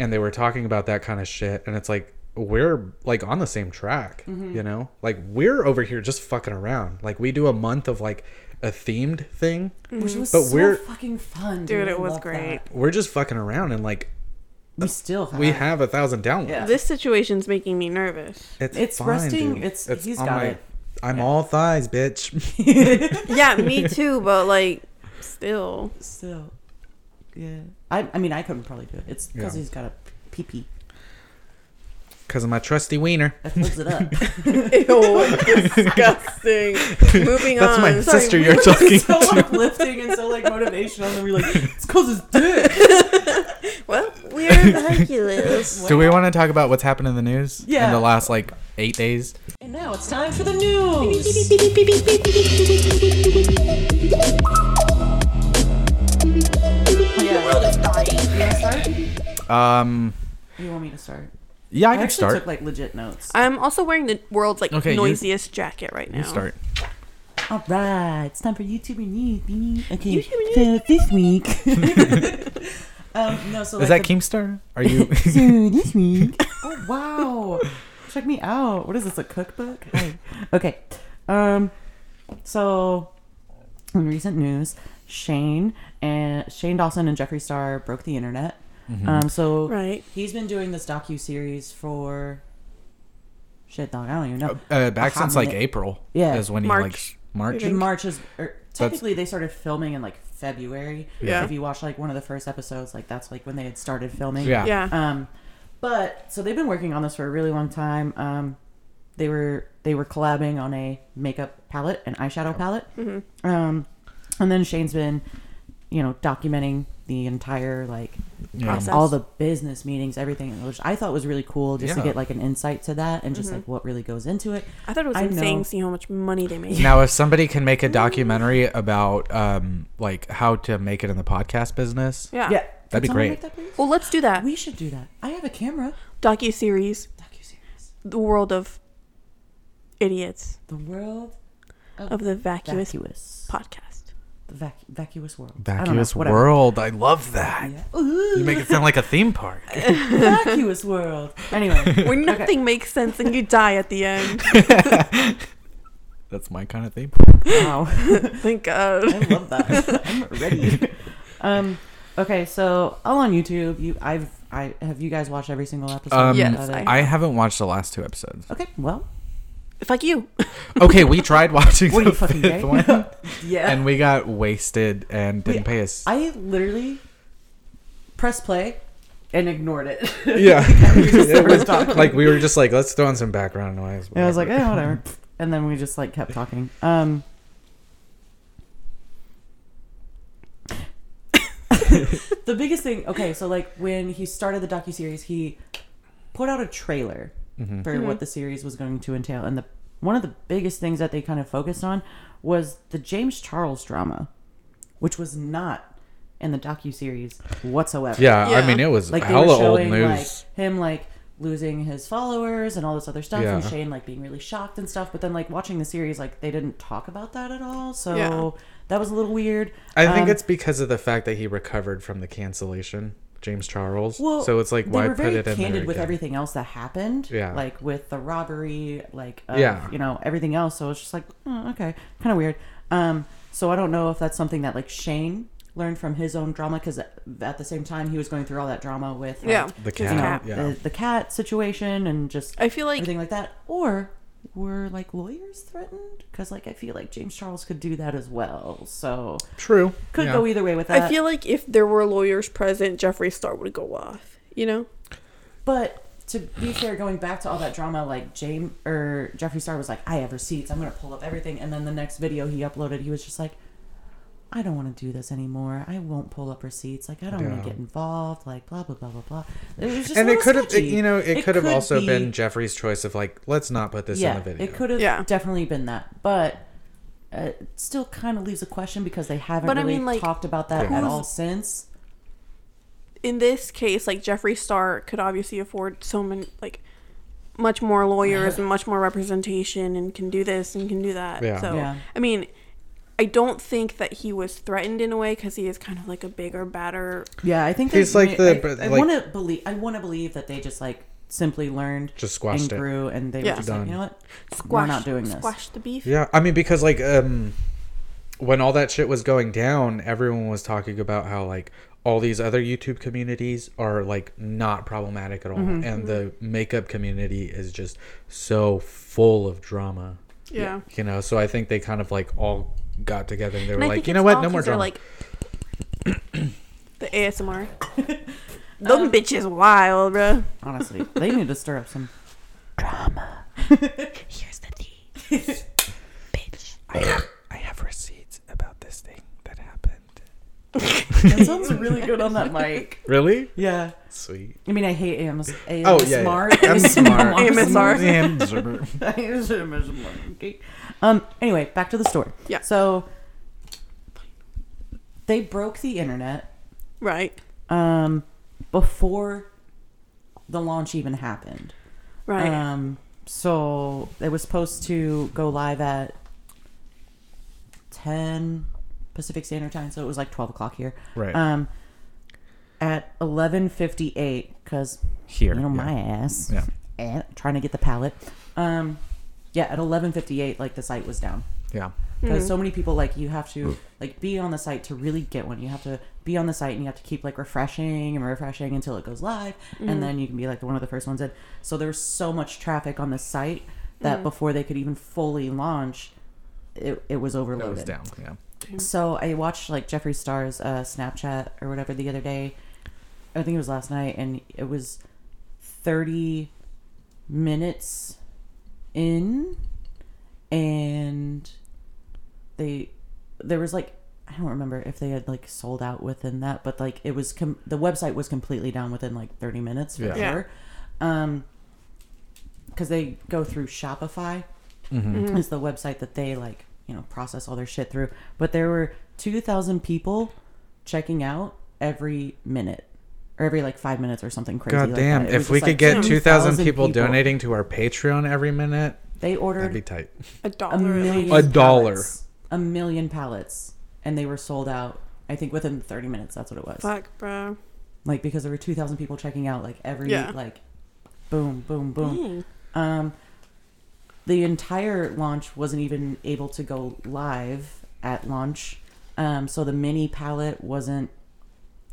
[SPEAKER 4] and they were talking about that kind of shit and it's like we're like on the same track
[SPEAKER 5] Mm-hmm.
[SPEAKER 4] you know like we're over here just fucking around like we do a month of like a themed thing
[SPEAKER 5] Which was
[SPEAKER 4] But
[SPEAKER 5] so
[SPEAKER 4] we're-
[SPEAKER 5] fucking fun.
[SPEAKER 3] Dude, it
[SPEAKER 5] I
[SPEAKER 3] was
[SPEAKER 5] love
[SPEAKER 3] great.
[SPEAKER 5] that.
[SPEAKER 4] we're just fucking around and like
[SPEAKER 5] We still have.
[SPEAKER 4] we have a thousand downloads
[SPEAKER 5] Yeah.
[SPEAKER 3] This situation's making me nervous.
[SPEAKER 4] it's
[SPEAKER 5] It's
[SPEAKER 4] fine,
[SPEAKER 5] resting-
[SPEAKER 4] dude.
[SPEAKER 5] it's- he's
[SPEAKER 4] on
[SPEAKER 5] got
[SPEAKER 4] my-
[SPEAKER 5] it.
[SPEAKER 4] i'm all thighs bitch
[SPEAKER 3] yeah, me too, but like still.
[SPEAKER 5] still. Yeah. I, I mean, I couldn't probably do it. It's because
[SPEAKER 4] Yeah.
[SPEAKER 5] he's got a pee pee
[SPEAKER 4] because of my trusty wiener
[SPEAKER 5] that holds it up.
[SPEAKER 3] Ew, Oh, disgusting. Moving
[SPEAKER 4] that's
[SPEAKER 3] on.
[SPEAKER 4] my sister
[SPEAKER 3] Sorry,
[SPEAKER 4] you're talking
[SPEAKER 5] so
[SPEAKER 4] to
[SPEAKER 5] uplifting and so like motivational, and we're like, it's because his dick.
[SPEAKER 3] Well, we're Hercules.
[SPEAKER 4] do we want to talk about what's happened in the news in
[SPEAKER 5] Yeah.
[SPEAKER 4] the last like eight days
[SPEAKER 5] And now it's time for the news. Oh, Yeah.
[SPEAKER 4] um
[SPEAKER 5] You want me to start?
[SPEAKER 4] yeah i,
[SPEAKER 5] I
[SPEAKER 4] can
[SPEAKER 5] actually
[SPEAKER 4] start
[SPEAKER 5] took like legit notes.
[SPEAKER 3] I'm also wearing the world's like
[SPEAKER 4] Okay, you-
[SPEAKER 3] noisiest jacket right now.
[SPEAKER 4] you start
[SPEAKER 5] All right, it's time for YouTuber news, baby. Okay,
[SPEAKER 3] YouTuber
[SPEAKER 5] so this week. um, no, so
[SPEAKER 4] Is
[SPEAKER 5] like
[SPEAKER 4] that Keemstar? Are you?
[SPEAKER 5] the- so this week. oh wow! Check me out. What is this? A cookbook? Hi. Okay. Um. So, in recent news, Shane and Shane Dawson and Jeffree Star broke the internet.
[SPEAKER 4] Mm-hmm.
[SPEAKER 5] Um. So
[SPEAKER 3] Right.
[SPEAKER 5] he's been doing this docu series for. Shit, dog! I don't even know.
[SPEAKER 4] uh, back
[SPEAKER 5] A hot
[SPEAKER 4] since like
[SPEAKER 5] minute.
[SPEAKER 4] April.
[SPEAKER 5] Yeah.
[SPEAKER 4] Is when
[SPEAKER 3] March,
[SPEAKER 4] he like March.
[SPEAKER 5] In March is or technically they started filming in like February.
[SPEAKER 4] Yeah.
[SPEAKER 5] If you watch like one of the first episodes, like that's like when they had started filming.
[SPEAKER 4] Yeah.
[SPEAKER 3] Yeah.
[SPEAKER 5] Um, but so they've been working on this for a really long time. Um, they were they were collabing on a makeup palette, an eyeshadow palette.
[SPEAKER 3] Mm-hmm.
[SPEAKER 5] Um, and then Shane's been, you know, documenting the entire like
[SPEAKER 4] Yeah.
[SPEAKER 5] all the business meetings, everything, which I thought was really cool, just
[SPEAKER 4] Yeah.
[SPEAKER 5] to get like an insight to that and just like what really goes into it.
[SPEAKER 3] Mm-hmm. I thought it was
[SPEAKER 5] I know-
[SPEAKER 3] insane seeing how much money they made.
[SPEAKER 4] Now, if somebody can make a
[SPEAKER 5] Mm.
[SPEAKER 4] documentary about um like how to make it in the podcast business,
[SPEAKER 3] Yeah.
[SPEAKER 5] Yeah,
[SPEAKER 4] That'd be
[SPEAKER 5] Someone
[SPEAKER 4] great.
[SPEAKER 5] make that, please?
[SPEAKER 3] Well, let's do that.
[SPEAKER 5] We should do that. I have a camera.
[SPEAKER 3] Docu series,
[SPEAKER 5] DocuSeries.
[SPEAKER 3] the world of idiots
[SPEAKER 5] The world
[SPEAKER 3] of the vacuous
[SPEAKER 5] vacuous.
[SPEAKER 3] podcast.
[SPEAKER 5] The vac- vacuous world. I don't know,
[SPEAKER 4] vacuous
[SPEAKER 5] whatever.
[SPEAKER 4] world. I love that.
[SPEAKER 5] Yeah. Ooh,
[SPEAKER 4] You make it sound like a theme park.
[SPEAKER 5] vacuous world. Anyway,
[SPEAKER 3] Where nothing makes sense and you die at the end.
[SPEAKER 4] That's my kind of theme. Park.
[SPEAKER 5] wow,
[SPEAKER 3] Thank
[SPEAKER 5] I
[SPEAKER 3] God.
[SPEAKER 5] love that. I'm ready. Um, okay, so all on YouTube. You, I've, I have you guys watched every single episode?
[SPEAKER 4] Um,
[SPEAKER 3] Yes,
[SPEAKER 5] of it?
[SPEAKER 3] I-
[SPEAKER 4] I haven't watched the last two episodes.
[SPEAKER 5] okay, well,
[SPEAKER 3] Fuck you.
[SPEAKER 4] Okay, we tried watching
[SPEAKER 5] What are
[SPEAKER 4] the
[SPEAKER 5] you, fucking
[SPEAKER 4] fifth
[SPEAKER 5] gay?
[SPEAKER 4] one,
[SPEAKER 5] yeah.
[SPEAKER 4] and we got wasted and didn't pay us.
[SPEAKER 5] I literally pressed play and ignored it.
[SPEAKER 4] yeah, It was-
[SPEAKER 5] talking.
[SPEAKER 4] like we were just like, let's throw on some background noise.
[SPEAKER 5] And I was like,
[SPEAKER 4] whatever.
[SPEAKER 5] eh, whatever. And then we just like kept talking. Um. the biggest thing, okay, so like when he started the docu series, he put out a trailer for what the series was going to entail, and the one of the biggest things that they kind of focused on was the James Charles drama, which was not in the docu series whatsoever.
[SPEAKER 4] Yeah,
[SPEAKER 3] Yeah.
[SPEAKER 4] I mean it was
[SPEAKER 5] like they were
[SPEAKER 4] hella old
[SPEAKER 5] showing
[SPEAKER 4] news.
[SPEAKER 5] like him like losing his followers and all this other stuff and
[SPEAKER 4] Yeah.
[SPEAKER 5] Shane like being really shocked and stuff but then like watching the series like they didn't talk about that at all so
[SPEAKER 3] Yeah.
[SPEAKER 5] that was a little weird
[SPEAKER 4] I think
[SPEAKER 5] Um,
[SPEAKER 4] it's because of the fact that he recovered from the cancellation, James Charles.
[SPEAKER 5] Well,
[SPEAKER 4] so it's like
[SPEAKER 5] they
[SPEAKER 4] why
[SPEAKER 5] were
[SPEAKER 4] put
[SPEAKER 5] very
[SPEAKER 4] it in
[SPEAKER 5] candid
[SPEAKER 4] there
[SPEAKER 5] with
[SPEAKER 4] again?
[SPEAKER 5] everything else that happened.
[SPEAKER 4] Yeah.
[SPEAKER 5] like with the robbery, like of,
[SPEAKER 4] Yeah.
[SPEAKER 5] you know everything else. So it's just like oh, okay, kind of weird. Um, so I don't know if that's something that like Shane learned from his own drama because at the same time he was going through all that drama with like,
[SPEAKER 3] Yeah.
[SPEAKER 4] The
[SPEAKER 3] His
[SPEAKER 4] cat,
[SPEAKER 5] you know,
[SPEAKER 4] cat. yeah.
[SPEAKER 5] the, the cat situation and just
[SPEAKER 3] I feel like
[SPEAKER 5] everything like that, or were like lawyers threatened? Because like I feel like James Charles could do that as well. So
[SPEAKER 4] True.
[SPEAKER 5] could
[SPEAKER 4] yeah.
[SPEAKER 5] go either way with that.
[SPEAKER 3] I feel like if there were lawyers present, Jeffree Star would go off. You know?
[SPEAKER 5] But to be fair, going back to all that drama, like James or Jeffree Star was like, "I have receipts. I'm gonna pull up everything." And then the next video he uploaded, he was just like, "I don't want to do this anymore. I won't pull up receipts. Like I don't want
[SPEAKER 4] Yeah.
[SPEAKER 5] to get involved. Like blah blah blah blah blah." It was just a
[SPEAKER 4] and it
[SPEAKER 5] little
[SPEAKER 4] could have,
[SPEAKER 5] sketchy.
[SPEAKER 4] you know, it, could have also
[SPEAKER 5] be-
[SPEAKER 4] been Jeffrey's choice of like, let's not put this
[SPEAKER 5] yeah,
[SPEAKER 4] in the video.
[SPEAKER 5] it could have
[SPEAKER 3] Yeah.
[SPEAKER 5] definitely been that, but. Uh, it still kind of leaves a question because they haven't
[SPEAKER 3] But I
[SPEAKER 5] really
[SPEAKER 3] mean, like,
[SPEAKER 5] talked about that
[SPEAKER 4] Yeah.
[SPEAKER 5] at
[SPEAKER 4] who's-
[SPEAKER 5] all since.
[SPEAKER 3] In this case, like Jeffree Star could obviously afford so many like much more lawyers and much more representation and can do this and can do that.
[SPEAKER 4] Yeah.
[SPEAKER 3] So
[SPEAKER 5] Yeah.
[SPEAKER 3] I mean I don't think that he was threatened in a way because he is kind of like a bigger, badder.
[SPEAKER 5] Yeah, I think
[SPEAKER 4] He's
[SPEAKER 5] they-
[SPEAKER 4] like the-
[SPEAKER 5] I, I
[SPEAKER 4] like-
[SPEAKER 5] want to believe. I want to believe that they just like simply learned,
[SPEAKER 4] Just squashed
[SPEAKER 5] and
[SPEAKER 4] it.
[SPEAKER 5] grew, and they
[SPEAKER 3] Yeah.
[SPEAKER 5] were just
[SPEAKER 4] Done.
[SPEAKER 5] like, you know what,
[SPEAKER 3] Squash,
[SPEAKER 5] we're not doing this.
[SPEAKER 3] Squash the beef.
[SPEAKER 4] Yeah, I mean because like um when all that shit was going down, everyone was talking about how like all these other YouTube communities are like not problematic at all and the makeup community is just so full of drama.
[SPEAKER 3] Yeah.
[SPEAKER 4] You know, so I think they kind of like all got together and they were
[SPEAKER 3] And I
[SPEAKER 4] like,
[SPEAKER 3] think
[SPEAKER 4] "You know
[SPEAKER 3] it's
[SPEAKER 4] what?
[SPEAKER 3] all
[SPEAKER 4] No more
[SPEAKER 3] 'cause they're,
[SPEAKER 4] drama."
[SPEAKER 3] Like the ASMR. Them
[SPEAKER 5] Um,
[SPEAKER 3] bitches wild, bruh.
[SPEAKER 5] Honestly, they need to stir up some
[SPEAKER 6] Here's the tea.
[SPEAKER 4] I have receipts about this thing that happened.
[SPEAKER 5] That sounds really good on that mic.
[SPEAKER 4] Really?
[SPEAKER 5] Yeah,
[SPEAKER 4] Sweet.
[SPEAKER 5] I mean, I hate AMS. AMS
[SPEAKER 4] Oh, yeah, yeah.
[SPEAKER 5] smart.
[SPEAKER 4] I'm smart.
[SPEAKER 3] AMSR.
[SPEAKER 5] um. Anyway, back to the story.
[SPEAKER 3] Yeah.
[SPEAKER 5] So they broke the internet.
[SPEAKER 3] Right.
[SPEAKER 5] um, before the launch even happened.
[SPEAKER 3] Right.
[SPEAKER 5] Um, so it was supposed to go live at 10 Pacific Standard Time, so it was like 12 o'clock here.
[SPEAKER 4] Right.
[SPEAKER 5] Um, at 11:58, because
[SPEAKER 4] Here,
[SPEAKER 5] you know
[SPEAKER 4] yeah.
[SPEAKER 5] my ass,
[SPEAKER 4] Yeah.
[SPEAKER 5] eh, trying to get the palette. Um, yeah, at 11:58, like the site was down
[SPEAKER 4] yeah.
[SPEAKER 5] because so many people like you have to like be on the site to really get one you have to be on the site and you have to keep like refreshing and refreshing until it goes live and then you can be like one of the first ones in so there's so much traffic on the site that before they could even fully launch it, it was
[SPEAKER 4] It
[SPEAKER 5] overloaded
[SPEAKER 4] was down. Yeah.
[SPEAKER 5] so I watched like Jeffree Star's uh, Snapchat or whatever the other day. I think it was last night, and it was thirty minutes in, and they there was like I don't remember if they had like sold out within that, but like it was com- the website was completely down within like thirty minutes for
[SPEAKER 4] Yeah.
[SPEAKER 3] Yeah.
[SPEAKER 5] sure. Um, because they go through Shopify
[SPEAKER 4] Mm-hmm.
[SPEAKER 3] Mm-hmm.
[SPEAKER 5] is the website that they like you know process all their shit through but there were 2000 people checking out every minute or every like five minutes or something crazy
[SPEAKER 4] God
[SPEAKER 5] like
[SPEAKER 4] damn!
[SPEAKER 5] that. It was
[SPEAKER 4] If we
[SPEAKER 5] just,
[SPEAKER 4] could
[SPEAKER 5] like,
[SPEAKER 4] get two thousand people,
[SPEAKER 5] 2,000
[SPEAKER 4] donating to our Patreon every minute,
[SPEAKER 5] they
[SPEAKER 4] that'd be
[SPEAKER 5] ordered
[SPEAKER 4] tight.
[SPEAKER 3] a
[SPEAKER 5] a
[SPEAKER 3] dollar at
[SPEAKER 5] million
[SPEAKER 3] least.
[SPEAKER 4] A dollar.
[SPEAKER 5] pallets. a million pallets and they were sold out i think within 30 minutes that's what it was
[SPEAKER 3] Fuck, bro.
[SPEAKER 5] like because there were 2000 people checking out like every
[SPEAKER 3] Yeah.
[SPEAKER 5] like boom boom boom Um, the entire launch wasn't even able to go live at launch, um, so the mini palette wasn't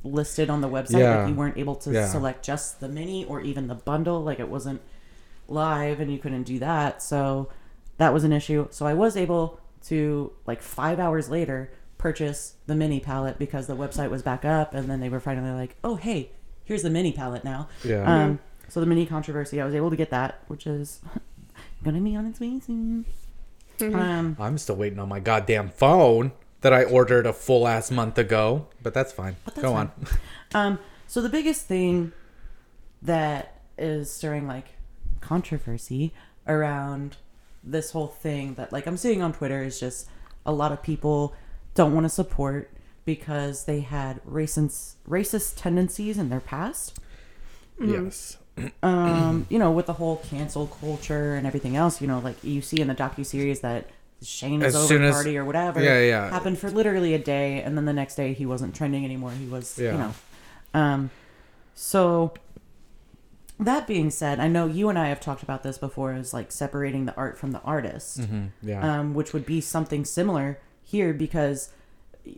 [SPEAKER 5] listed on the website.
[SPEAKER 4] Yeah.
[SPEAKER 5] Like you weren't able to
[SPEAKER 4] Yeah.
[SPEAKER 5] select just the mini or even the bundle. Like it wasn't live, and you couldn't do that. So that was an issue. So I was able to like five hours later purchase the mini palette because the website was back up, and then they were finally like, "Oh hey, here's the mini palette now."
[SPEAKER 4] Yeah.
[SPEAKER 5] Um, so the mini controversy, I was able to get that, which is gonna be on its way soon. Um,
[SPEAKER 4] I'm still waiting on my goddamn phone that I ordered a full ass month ago, but that's fine. Go on.
[SPEAKER 5] um, so the biggest thing that is stirring like controversy around this whole thing that like I'm seeing on Twitter is just a lot of people don't want to support
[SPEAKER 4] Mm-hmm.
[SPEAKER 5] because they had racist racist tendencies in their past.
[SPEAKER 4] Yes.
[SPEAKER 5] um, you know, with the whole cancel culture and everything else, you know, like you see in the docu series that Shane's
[SPEAKER 4] As
[SPEAKER 5] over
[SPEAKER 4] soon as-
[SPEAKER 5] party or whatever
[SPEAKER 4] Yeah, yeah.
[SPEAKER 5] happened for literally a day, and then the next day he wasn't trending anymore. He was,
[SPEAKER 4] Yeah.
[SPEAKER 5] you know, um, so. That being said, I know you and I have talked about this before. Is like separating the art from the artist
[SPEAKER 4] Mm-hmm. Yeah.
[SPEAKER 5] um, which would be something similar here because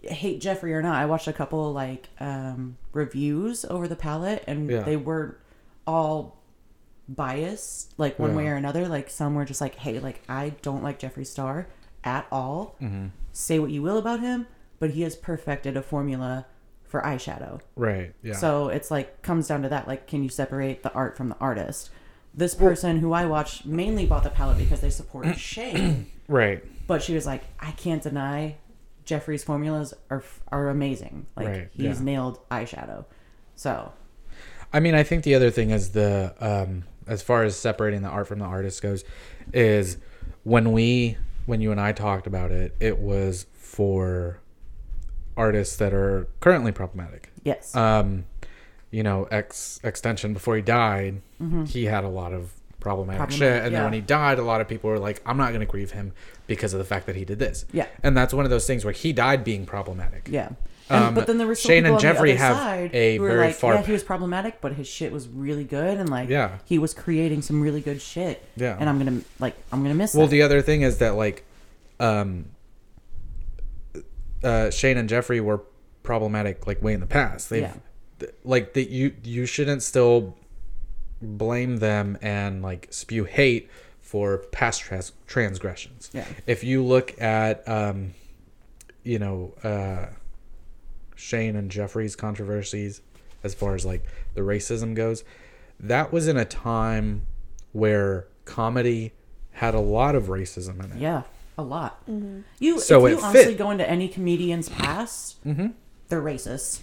[SPEAKER 5] hate Jeffrey or not, I watched a couple like um, reviews over the palette and
[SPEAKER 4] Yeah.
[SPEAKER 5] they weren't all biased like one
[SPEAKER 4] Yeah.
[SPEAKER 5] way or another. Like some were just like, hey, like I don't like Jeffree Star at all.
[SPEAKER 4] Mm-hmm.
[SPEAKER 5] Say what you will about him, but he has perfected a formula for eyeshadow.
[SPEAKER 4] right. Yeah.
[SPEAKER 5] So it's like comes down to that. Like, can you separate the art from the artist? This person who I watched mainly bought the palette because they support Shane
[SPEAKER 4] right.
[SPEAKER 5] but she was like, I can't deny Jeffrey's formulas are are amazing. Like
[SPEAKER 4] Right,
[SPEAKER 5] he's
[SPEAKER 4] yeah.
[SPEAKER 5] nailed eyeshadow. So
[SPEAKER 4] I mean, I think the other thing is the um, as far as separating the art from the artist goes, is when we when you and I talked about it, it was for artists that are currently problematic.
[SPEAKER 5] yes,
[SPEAKER 4] Um, you know, ex extension before he died, he had a lot of problematic,
[SPEAKER 5] Problematic,
[SPEAKER 4] shit, and
[SPEAKER 5] Mm-hmm. yeah.
[SPEAKER 4] then when he died, a lot of people were like, "I'm not going to grieve him because of the fact that he did this."
[SPEAKER 5] Yeah.
[SPEAKER 4] and that's one of those things where he died being problematic.
[SPEAKER 5] yeah. And,
[SPEAKER 4] um,
[SPEAKER 5] but then there were still
[SPEAKER 4] Shane
[SPEAKER 5] people
[SPEAKER 4] and
[SPEAKER 5] on the
[SPEAKER 4] Jeffrey
[SPEAKER 5] other
[SPEAKER 4] have
[SPEAKER 5] side
[SPEAKER 4] a
[SPEAKER 5] who were
[SPEAKER 4] very
[SPEAKER 5] like,
[SPEAKER 4] far
[SPEAKER 5] yeah, he was problematic, but his shit was really good, and like,
[SPEAKER 4] Yeah.
[SPEAKER 5] he was creating some really good shit.
[SPEAKER 4] Yeah.
[SPEAKER 5] and I'm gonna like, I'm gonna miss.
[SPEAKER 4] Well,
[SPEAKER 5] that.
[SPEAKER 4] the other thing is that like, um, uh, Shane and Jeffrey were problematic like way in the past. They've
[SPEAKER 5] Yeah.
[SPEAKER 4] th- like that you you shouldn't still blame them and like spew hate for past trans- transgressions.
[SPEAKER 5] Yeah.
[SPEAKER 4] If you look at um, you know, uh, Shane and Jeffrey's controversies as far as like the racism goes, that was in a time where comedy had a lot of racism in it.
[SPEAKER 5] yeah, a lot. You
[SPEAKER 4] So
[SPEAKER 5] if
[SPEAKER 4] it
[SPEAKER 5] you honestly
[SPEAKER 4] fit. Mm-hmm.
[SPEAKER 5] go into any comedian's past, they're racist.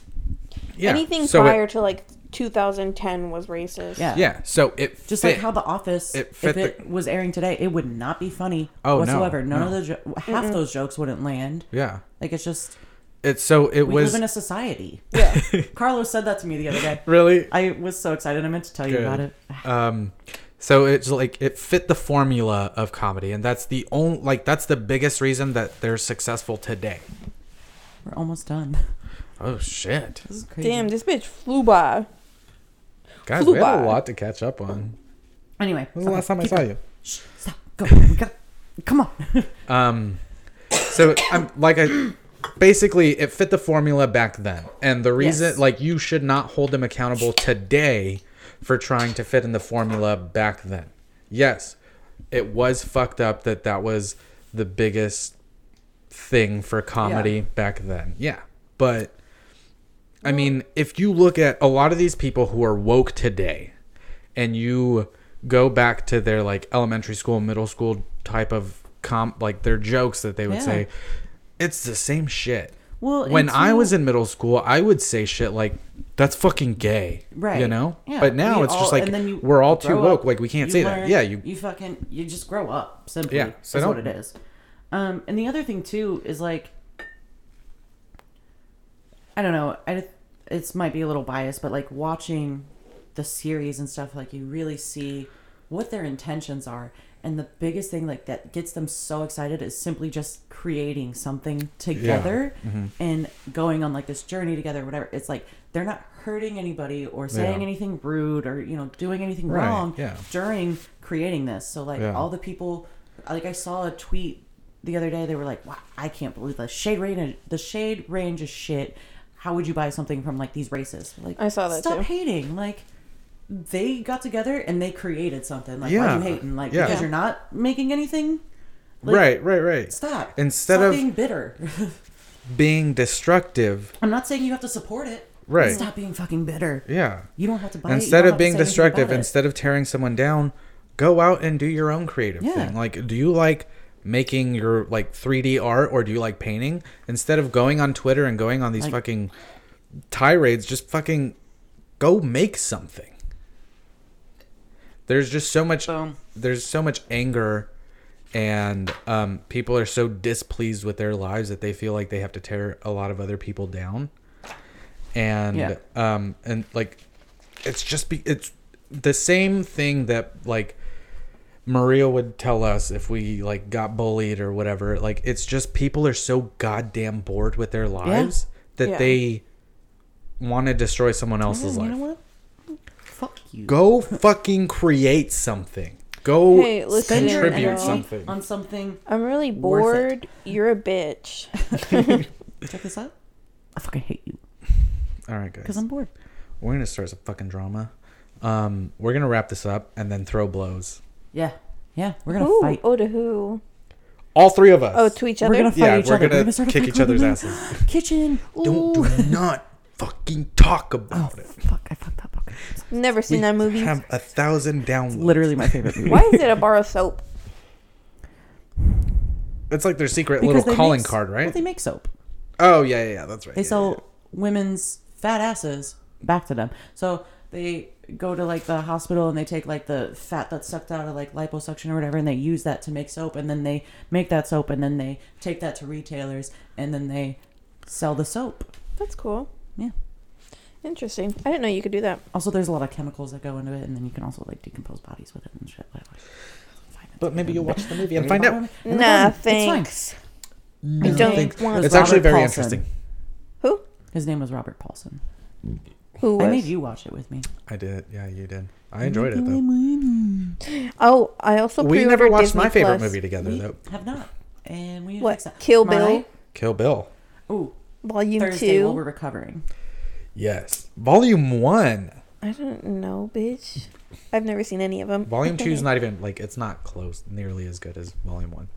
[SPEAKER 4] Yeah.
[SPEAKER 3] Anything
[SPEAKER 4] So it-
[SPEAKER 3] prior to like 2010 was racist.
[SPEAKER 5] Yeah,
[SPEAKER 4] yeah. So it
[SPEAKER 5] Just
[SPEAKER 4] fit.
[SPEAKER 5] like how The Office,
[SPEAKER 4] It
[SPEAKER 5] if
[SPEAKER 4] fit
[SPEAKER 5] it was airing today, it would not be funny
[SPEAKER 4] Oh, no,
[SPEAKER 5] whatsoever. None of
[SPEAKER 4] no.
[SPEAKER 5] the jo- half those jokes wouldn't land.
[SPEAKER 4] Yeah.
[SPEAKER 5] Like it's just
[SPEAKER 4] It's so it
[SPEAKER 5] we
[SPEAKER 4] was
[SPEAKER 5] live in a society. Yeah. Carlos said that to me the other day.
[SPEAKER 4] really
[SPEAKER 5] I was so excited. I meant to tell you about
[SPEAKER 4] Good.
[SPEAKER 5] it.
[SPEAKER 4] um so it's like it fit the formula of comedy and that's the only like that's the biggest reason that they're successful today.
[SPEAKER 5] We're almost done.
[SPEAKER 4] Oh shit.
[SPEAKER 5] This is crazy.
[SPEAKER 3] Damn, this bitch flew by.
[SPEAKER 4] Guys, we have
[SPEAKER 3] Flubai.
[SPEAKER 4] a lot to catch up on.
[SPEAKER 5] Anyway,
[SPEAKER 4] When was the
[SPEAKER 5] okay,
[SPEAKER 4] last time I
[SPEAKER 5] keep
[SPEAKER 4] saw
[SPEAKER 5] going.
[SPEAKER 4] you?
[SPEAKER 5] Shh, stop. Go. We gotta- Come on.
[SPEAKER 4] Um, so I'm like I basically it fit the formula back then, and the reason
[SPEAKER 5] Yes.
[SPEAKER 4] like you should not hold them accountable today for trying to fit in the formula back then. Yes, it was fucked up that that was the biggest thing for comedy
[SPEAKER 5] Yeah.
[SPEAKER 4] back then. Yeah, but I mean, if you look at a lot of these people who are woke today and you go back to their like elementary school, middle school type of comp, like their jokes that they would
[SPEAKER 5] Yeah.
[SPEAKER 4] say, it's the same shit.
[SPEAKER 5] Well,
[SPEAKER 4] when
[SPEAKER 5] it's
[SPEAKER 4] I
[SPEAKER 5] not-
[SPEAKER 4] was in middle school, I would say shit like, that's fucking gay.
[SPEAKER 5] Right.
[SPEAKER 4] You know?
[SPEAKER 5] Yeah.
[SPEAKER 4] But now
[SPEAKER 5] We
[SPEAKER 4] it's
[SPEAKER 5] all-
[SPEAKER 4] just like,
[SPEAKER 5] and then you
[SPEAKER 4] we're all too
[SPEAKER 5] grow
[SPEAKER 4] woke.
[SPEAKER 5] up,
[SPEAKER 4] Like, we can't
[SPEAKER 5] you
[SPEAKER 4] say
[SPEAKER 5] learn,
[SPEAKER 4] that. Yeah. You,
[SPEAKER 5] You fucking. You just grow up. Simply.
[SPEAKER 4] Yeah, so
[SPEAKER 5] is what
[SPEAKER 4] don't-
[SPEAKER 5] it is. Um, and the other thing too is like. I don't know. I it might be a little biased, but like watching the series and stuff, like you really see what their intentions are. And the biggest thing like that gets them so excited is simply just creating something together
[SPEAKER 4] Mm-hmm.
[SPEAKER 5] and going on like this journey together, whatever. It's like they're not hurting anybody or saying
[SPEAKER 4] Yeah.
[SPEAKER 5] anything rude or you know doing anything
[SPEAKER 4] Right,
[SPEAKER 5] wrong
[SPEAKER 4] yeah.
[SPEAKER 5] during creating this. So like
[SPEAKER 4] Yeah.
[SPEAKER 5] all the people, like I saw a tweet the other day. They were like, "Wow, I can't believe the shade range. The shade range is shit. How would you buy something from like these races?" Like
[SPEAKER 3] I saw that,
[SPEAKER 5] Stop
[SPEAKER 3] too.
[SPEAKER 5] hating. Like they got together and they created something. Like why
[SPEAKER 4] Yeah.
[SPEAKER 5] are you hating? Like
[SPEAKER 4] Yeah.
[SPEAKER 5] because you're not making anything.
[SPEAKER 4] right, right, right.
[SPEAKER 5] Stop.
[SPEAKER 4] Instead
[SPEAKER 5] Stop
[SPEAKER 4] of
[SPEAKER 5] being bitter.
[SPEAKER 4] being destructive,
[SPEAKER 5] I'm not saying you have to support it. but
[SPEAKER 4] Right.
[SPEAKER 5] Stop being fucking bitter.
[SPEAKER 4] yeah.
[SPEAKER 5] You don't have to buy it. You
[SPEAKER 4] instead
[SPEAKER 5] don't
[SPEAKER 4] of
[SPEAKER 5] have to
[SPEAKER 4] being
[SPEAKER 5] say anything
[SPEAKER 4] destructive
[SPEAKER 5] about it.
[SPEAKER 4] instead of tearing someone down go out and do your own creative
[SPEAKER 5] Yeah.
[SPEAKER 4] thing like do you like making your like 3d art or do you like painting instead of going on twitter and going on these
[SPEAKER 5] Like-
[SPEAKER 4] fucking tirades just fucking go make something there's just so much
[SPEAKER 5] Boom.
[SPEAKER 4] there's so much anger and um, people are so displeased with their lives that they feel like they have to tear a lot of other people down and
[SPEAKER 5] Yeah.
[SPEAKER 4] um and like it's just be it's the same thing that like Maria would tell us if we like got bullied or whatever. Like it's just people are so goddamn bored with their lives that
[SPEAKER 3] Yeah.
[SPEAKER 4] they want to destroy someone else's
[SPEAKER 5] you
[SPEAKER 4] life.
[SPEAKER 5] know what? Fuck you.
[SPEAKER 4] Go fucking create something. Go
[SPEAKER 3] Hey, listen,
[SPEAKER 5] Spend your
[SPEAKER 4] contribute
[SPEAKER 5] energy
[SPEAKER 4] something.
[SPEAKER 5] on something.
[SPEAKER 3] I'm really
[SPEAKER 4] Worth it.
[SPEAKER 3] bored. You're a bitch.
[SPEAKER 5] Check this out. I fucking hate you
[SPEAKER 4] All right, guys.
[SPEAKER 5] because I'm bored.
[SPEAKER 4] We're gonna start some fucking drama. Um, we're gonna wrap this up and then throw blows.
[SPEAKER 5] Yeah, yeah. We're gonna
[SPEAKER 3] Who?
[SPEAKER 5] fight.
[SPEAKER 3] Oh, to who?
[SPEAKER 4] All three of us.
[SPEAKER 3] Oh, to each other.
[SPEAKER 5] We're gonna fight
[SPEAKER 4] yeah,
[SPEAKER 5] each
[SPEAKER 4] we're
[SPEAKER 5] other.
[SPEAKER 4] gonna
[SPEAKER 5] start a
[SPEAKER 4] kick
[SPEAKER 5] fight
[SPEAKER 4] each
[SPEAKER 5] club in
[SPEAKER 4] other's
[SPEAKER 5] the
[SPEAKER 4] asses.
[SPEAKER 5] Kitchen.
[SPEAKER 4] Don't do
[SPEAKER 5] Ooh.
[SPEAKER 4] not fucking talk
[SPEAKER 5] Oh
[SPEAKER 4] about it.
[SPEAKER 5] fuck! I fucked up. Okay.
[SPEAKER 3] Never seen that movie.
[SPEAKER 4] Have a thousand downloads.
[SPEAKER 5] Literally my favorite movie.
[SPEAKER 3] Why is it a bar of soap?
[SPEAKER 4] It's like their secret
[SPEAKER 5] Because
[SPEAKER 4] little
[SPEAKER 5] they
[SPEAKER 4] calling
[SPEAKER 5] make-
[SPEAKER 4] card,
[SPEAKER 5] well,
[SPEAKER 4] right?
[SPEAKER 5] they make soap.
[SPEAKER 4] oh yeah, yeah, yeah, that's right.
[SPEAKER 5] They
[SPEAKER 4] yeah,
[SPEAKER 5] sell women's fat asses back to them. So they go to like the hospital and they take like the fat that's sucked out of like liposuction or whatever and they use that to make soap and then they make that soap and then they take that to retailers and then they sell the soap.
[SPEAKER 3] That's cool.
[SPEAKER 5] Yeah.
[SPEAKER 3] Interesting. I didn't know you could do that.
[SPEAKER 5] Also there's a lot of chemicals that go into it and then you can also like decompose bodies with it and shit. Like,
[SPEAKER 4] But maybe you'll watch the movie and find out.
[SPEAKER 3] Nah,
[SPEAKER 5] It's
[SPEAKER 3] thanks.
[SPEAKER 5] fine.
[SPEAKER 3] I
[SPEAKER 5] His
[SPEAKER 3] don't
[SPEAKER 5] name
[SPEAKER 3] think- want-
[SPEAKER 5] was
[SPEAKER 4] Mm. It's actually
[SPEAKER 5] Robert
[SPEAKER 4] very
[SPEAKER 5] Paulson.
[SPEAKER 4] interesting.
[SPEAKER 3] Who?
[SPEAKER 5] His name was Robert Paulson.
[SPEAKER 3] Who was?
[SPEAKER 5] I made you watch it with me.
[SPEAKER 4] I did. Yeah, you did. I enjoyed it though.
[SPEAKER 3] Oh, I also
[SPEAKER 4] We
[SPEAKER 3] pre-ordered
[SPEAKER 4] never watched
[SPEAKER 3] Disney
[SPEAKER 4] my favorite
[SPEAKER 3] Plus.
[SPEAKER 4] movie together
[SPEAKER 5] We
[SPEAKER 4] though.
[SPEAKER 5] have not. And we need to
[SPEAKER 3] What?
[SPEAKER 5] fix that.
[SPEAKER 3] Kill Bill?
[SPEAKER 4] Kill Bill.
[SPEAKER 5] Ooh,
[SPEAKER 3] Volume
[SPEAKER 5] Thursday
[SPEAKER 3] two.
[SPEAKER 5] while we're recovering.
[SPEAKER 4] Yes. Volume one.
[SPEAKER 3] I don't know, bitch. I've never seen any of them.
[SPEAKER 4] Volume two is not even like it's not close nearly as good as volume one.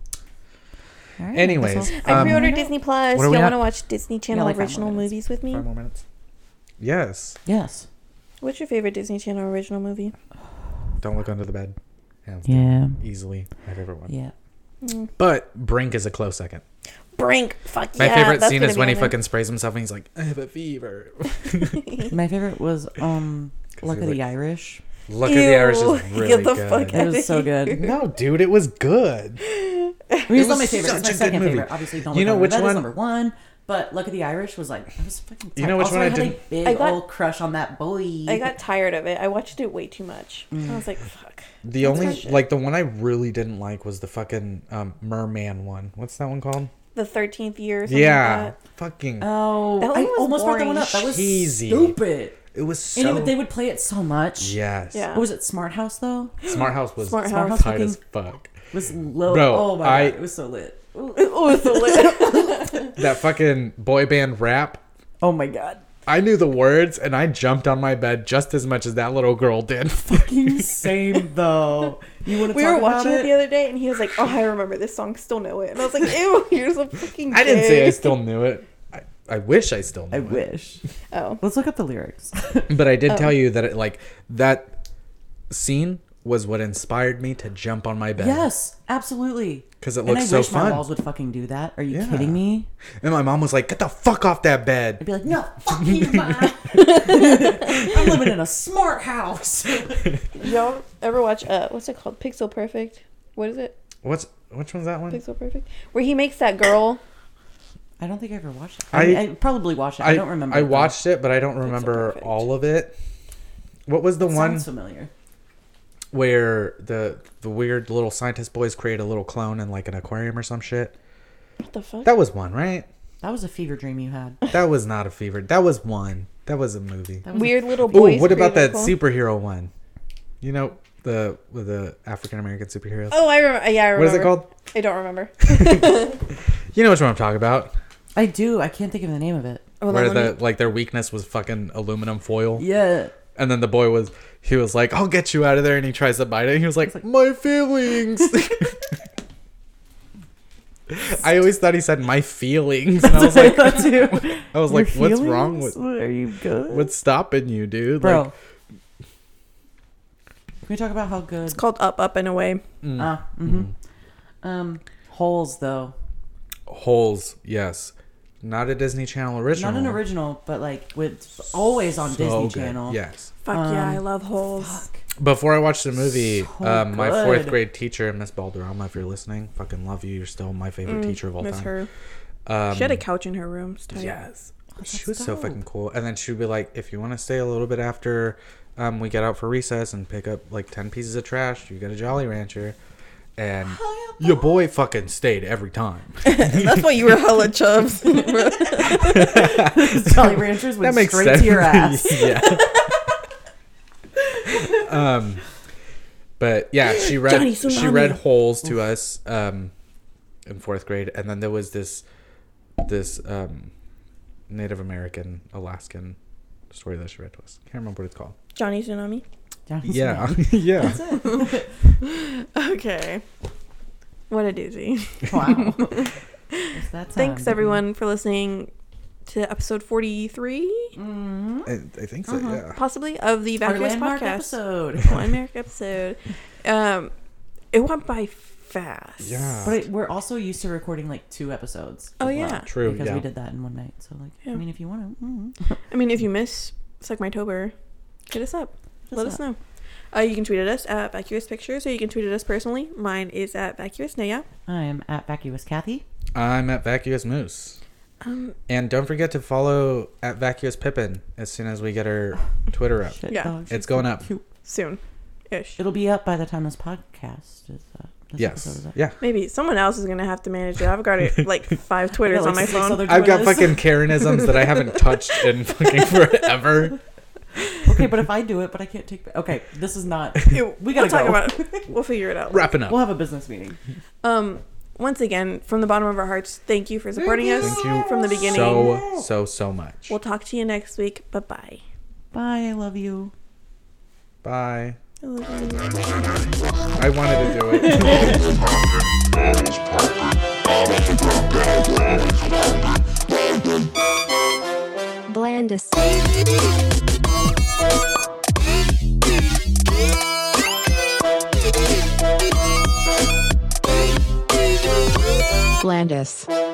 [SPEAKER 5] All right,
[SPEAKER 4] Anyways,
[SPEAKER 5] that's all.
[SPEAKER 3] I
[SPEAKER 4] um,
[SPEAKER 3] pre-ordered Disney Plus.
[SPEAKER 4] what are
[SPEAKER 3] Y'all
[SPEAKER 4] we
[SPEAKER 3] want
[SPEAKER 4] at?
[SPEAKER 3] to watch Disney Channel
[SPEAKER 5] like five more
[SPEAKER 3] original
[SPEAKER 5] minutes.
[SPEAKER 3] movies with me?
[SPEAKER 4] five more minutes. Yes.
[SPEAKER 5] yes.
[SPEAKER 3] What's your favorite Disney Channel original movie?
[SPEAKER 4] Don't look under the bed. Hands down.
[SPEAKER 5] Yeah.
[SPEAKER 4] Easily my favorite one.
[SPEAKER 5] Yeah.
[SPEAKER 4] But Brink is a close second.
[SPEAKER 3] Brink. Fuck
[SPEAKER 4] My
[SPEAKER 3] yeah.
[SPEAKER 4] favorite
[SPEAKER 3] that's
[SPEAKER 4] scene
[SPEAKER 3] gonna
[SPEAKER 4] is
[SPEAKER 3] be
[SPEAKER 4] when he
[SPEAKER 3] on there.
[SPEAKER 4] fucking sprays himself and he's like, I have a fever.
[SPEAKER 5] My favorite was um Luck
[SPEAKER 4] you're
[SPEAKER 5] of the
[SPEAKER 4] like-
[SPEAKER 5] Irish.
[SPEAKER 4] Look at the Irish is
[SPEAKER 3] Ew,
[SPEAKER 4] really
[SPEAKER 3] get the
[SPEAKER 4] good.
[SPEAKER 3] fuck
[SPEAKER 5] It was
[SPEAKER 3] Outta
[SPEAKER 5] so good.
[SPEAKER 4] No, dude, it was good.
[SPEAKER 5] I mean, it's not
[SPEAKER 4] was
[SPEAKER 5] my favorite. It's
[SPEAKER 4] such
[SPEAKER 5] my
[SPEAKER 4] a good
[SPEAKER 5] second
[SPEAKER 4] movie.
[SPEAKER 5] favorite. Obviously, don't
[SPEAKER 4] You
[SPEAKER 5] you
[SPEAKER 4] know
[SPEAKER 5] know
[SPEAKER 4] which
[SPEAKER 5] which
[SPEAKER 4] one-
[SPEAKER 5] number one. But Luck of the Irish was like I was fucking. Tight.
[SPEAKER 4] You know which
[SPEAKER 5] also,
[SPEAKER 4] one I
[SPEAKER 5] had a
[SPEAKER 4] didn't-
[SPEAKER 5] big
[SPEAKER 3] I got-
[SPEAKER 5] old crush on that boy.
[SPEAKER 3] I got tired of it. I watched it way too much. I was like,
[SPEAKER 4] Mm.
[SPEAKER 3] fuck.
[SPEAKER 4] The only like the one I really didn't like was the fucking um, merman one. What's that one called?
[SPEAKER 3] The 13th year. Or something
[SPEAKER 4] Yeah,
[SPEAKER 3] Like
[SPEAKER 4] fucking.
[SPEAKER 5] Oh,
[SPEAKER 3] That one
[SPEAKER 5] I
[SPEAKER 3] was
[SPEAKER 5] almost brought that one
[SPEAKER 3] boring.
[SPEAKER 5] up. That was
[SPEAKER 4] Cheesy.
[SPEAKER 5] stupid.
[SPEAKER 4] it was
[SPEAKER 5] And
[SPEAKER 4] so.
[SPEAKER 5] it, would- they would play it so much.
[SPEAKER 4] yes.
[SPEAKER 3] Yeah.
[SPEAKER 5] What was it? Smart House though.
[SPEAKER 4] Smart House was
[SPEAKER 3] Smart
[SPEAKER 4] tight
[SPEAKER 3] House
[SPEAKER 4] as fuck.
[SPEAKER 5] Was low.
[SPEAKER 4] Bro,
[SPEAKER 5] oh my
[SPEAKER 4] I-
[SPEAKER 5] god, it was so lit.
[SPEAKER 3] that. oh, it's so lit.
[SPEAKER 4] That fucking boy band rap.
[SPEAKER 5] Oh my god.
[SPEAKER 4] I knew the words and I jumped on my bed just as much as that little girl did.
[SPEAKER 5] Same though. You want to
[SPEAKER 3] We
[SPEAKER 5] talk
[SPEAKER 3] were watching
[SPEAKER 5] about
[SPEAKER 3] it the other day, and he was like, "Oh, I remember this song. Still know it." And I was like, "Ew, you're so fucking."
[SPEAKER 4] I didn't say I
[SPEAKER 3] gay."
[SPEAKER 4] still knew it. I, I wish I still knew
[SPEAKER 5] I
[SPEAKER 4] it.
[SPEAKER 5] wish. Oh.
[SPEAKER 3] Oh,
[SPEAKER 5] Let's look up the lyrics.
[SPEAKER 4] But I did tell you that it, like that scene was what inspired me to jump on my bed.
[SPEAKER 5] yes, absolutely.
[SPEAKER 4] 'Cause it
[SPEAKER 5] And
[SPEAKER 4] looks
[SPEAKER 5] I
[SPEAKER 4] so
[SPEAKER 5] wish
[SPEAKER 4] fun.
[SPEAKER 5] My walls would fucking do that. Are you
[SPEAKER 4] Yeah.
[SPEAKER 5] kidding me?
[SPEAKER 4] And my mom was like, "Get the fuck off that
[SPEAKER 5] I'd
[SPEAKER 4] bed."
[SPEAKER 5] be like, no, fuck you, Ma. I'm living in a smart house.
[SPEAKER 3] y'all ever watch uh, what's it called? Pixel Perfect. What is it?
[SPEAKER 4] What's which one's that one?
[SPEAKER 3] Pixel Perfect. Where he makes that girl.
[SPEAKER 5] I don't think I ever watched it. I,
[SPEAKER 4] I-
[SPEAKER 5] I probably watched it. I, don't remember.
[SPEAKER 4] I
[SPEAKER 5] it, though.
[SPEAKER 4] watched it, but I don't remember
[SPEAKER 3] perfect.
[SPEAKER 4] all of it. What was the one
[SPEAKER 5] Sounds familiar.
[SPEAKER 4] where the the weird little scientist boys create a little clone in like an aquarium or some shit?
[SPEAKER 3] What the fuck?
[SPEAKER 4] That was one, right?
[SPEAKER 5] That was a fever dream you had.
[SPEAKER 4] That was not a fever. That was one. That was a movie.
[SPEAKER 3] Weird little
[SPEAKER 4] Oh,
[SPEAKER 3] boy.
[SPEAKER 4] what about that superhero one? You know the with the African American superheroes.
[SPEAKER 3] Oh, I remember. Yeah, I remember.
[SPEAKER 4] What is it called?
[SPEAKER 3] I don't remember.
[SPEAKER 4] You know which one I'm talking about.
[SPEAKER 5] I do. I can't think of the name of it.
[SPEAKER 3] Hold on,
[SPEAKER 4] where
[SPEAKER 3] let
[SPEAKER 4] the like their weakness was fucking aluminum foil.
[SPEAKER 5] Yeah.
[SPEAKER 4] And then the boy was he was like, I'll get you out of there and he tries to bite it and he was like, My feelings I always thought he said my feelings. And I was like
[SPEAKER 5] That too.
[SPEAKER 4] I was like,
[SPEAKER 5] Your
[SPEAKER 4] what's wrong
[SPEAKER 5] feelings?
[SPEAKER 4] with
[SPEAKER 5] Are you good?
[SPEAKER 4] what's stopping you, dude?
[SPEAKER 5] Bro.
[SPEAKER 4] Like
[SPEAKER 5] Can we talk about how good?
[SPEAKER 3] It's called Up, Up and Away.
[SPEAKER 5] Ah,
[SPEAKER 4] Mm-hmm.
[SPEAKER 5] hmm Um, holes though,
[SPEAKER 4] holes, yes. Not a Disney Channel original.
[SPEAKER 5] not an original, but like with always on
[SPEAKER 4] So
[SPEAKER 5] Disney
[SPEAKER 4] good.
[SPEAKER 5] Channel.
[SPEAKER 4] Yes.
[SPEAKER 3] Fuck yeah, I love holes.
[SPEAKER 4] Before I watched the movie,
[SPEAKER 5] So
[SPEAKER 4] um, my fourth
[SPEAKER 5] good.
[SPEAKER 4] grade teacher, Miss Balderrama, if you're listening, fucking love you. You're still my
[SPEAKER 5] Mm,
[SPEAKER 4] favorite teacher of all
[SPEAKER 3] Miss
[SPEAKER 4] time.
[SPEAKER 3] her.
[SPEAKER 4] Um,
[SPEAKER 3] She had a couch in her room. It's tight.
[SPEAKER 4] Yes. she was so
[SPEAKER 5] dope.
[SPEAKER 4] fucking cool. And then she would be like, if you want to stay a little bit after Um, we get out for recess and pick up like ten pieces of trash. You get a Jolly Rancher, and your boy fucking stayed every time.
[SPEAKER 6] That's why you were hella chubs.
[SPEAKER 5] Jolly Ranchers went straight to your ass.
[SPEAKER 4] yeah. um, but yeah, she
[SPEAKER 6] Johnny
[SPEAKER 4] read she
[SPEAKER 6] Tsunami.
[SPEAKER 4] read holes to us um, in fourth grade, and then there was this this um, Native American Alaskan story that she read to us. Can't remember what it's called.
[SPEAKER 6] Johnny Tsunami.
[SPEAKER 5] Johnny
[SPEAKER 4] Yeah,
[SPEAKER 5] Tsunami.
[SPEAKER 4] yeah.
[SPEAKER 3] Okay. What a doozy.
[SPEAKER 5] Wow. um, It's that time,
[SPEAKER 3] Thanks
[SPEAKER 5] baby.
[SPEAKER 3] everyone for listening to episode 43,
[SPEAKER 4] I, I think so. Yeah.
[SPEAKER 3] possibly of the
[SPEAKER 5] Our
[SPEAKER 3] Vacuous
[SPEAKER 5] landmark
[SPEAKER 3] podcast.
[SPEAKER 5] episode.
[SPEAKER 3] Landmark episode. Um it went by fast.
[SPEAKER 4] Yeah.
[SPEAKER 5] But it- we're also used to recording like two episodes.
[SPEAKER 3] Oh
[SPEAKER 5] as well,
[SPEAKER 3] yeah.
[SPEAKER 4] True.
[SPEAKER 5] because
[SPEAKER 4] yeah.
[SPEAKER 5] we did that in one night. So like,
[SPEAKER 3] Yeah.
[SPEAKER 5] I mean, if you mm-hmm. want to,
[SPEAKER 3] I mean, if you miss Suck My Tober, hit us up. Let us
[SPEAKER 5] up.
[SPEAKER 3] know. Uh, you can tweet at us at Vacuous Pictures, or you can tweet at us personally. Mine is at Vacuous Naya.
[SPEAKER 5] I am at vacuous Kathy.
[SPEAKER 4] I'm at Vacuous Moose.
[SPEAKER 3] Um,
[SPEAKER 4] And don't forget to follow at Vacuous Pippin as soon as we get her Twitter up.
[SPEAKER 5] Shit
[SPEAKER 3] Yeah.
[SPEAKER 5] dogs.
[SPEAKER 4] It's going up.
[SPEAKER 3] soon, ish.
[SPEAKER 5] uh, It'll be up by the time this podcast is up. This episode
[SPEAKER 4] Yes.
[SPEAKER 5] is up.
[SPEAKER 4] Yeah.
[SPEAKER 3] Maybe someone else is gonna have to manage it. I've got it like five
[SPEAKER 5] I
[SPEAKER 3] Twitters
[SPEAKER 5] got, like,
[SPEAKER 3] on my
[SPEAKER 5] six
[SPEAKER 3] phone.
[SPEAKER 5] other
[SPEAKER 4] I've got
[SPEAKER 5] Twitters.
[SPEAKER 4] fucking Karenisms that I haven't touched in fucking forever.
[SPEAKER 5] okay, but if I do it, but I can't take. Okay, this is not.
[SPEAKER 3] Ew,
[SPEAKER 5] We gotta
[SPEAKER 3] we'll talk
[SPEAKER 5] go.
[SPEAKER 3] about it. We'll figure it out.
[SPEAKER 4] Wrapping up.
[SPEAKER 5] We'll have a business meeting.
[SPEAKER 3] Um, once again, from the bottom of our hearts, thank you for supporting us
[SPEAKER 4] Thank you
[SPEAKER 3] from the beginning.
[SPEAKER 4] so, so, so much.
[SPEAKER 3] We'll talk to you next week. Bye bye.
[SPEAKER 5] Bye. I love you.
[SPEAKER 4] Bye. I wanted to do it.
[SPEAKER 7] Blandis. Blandis.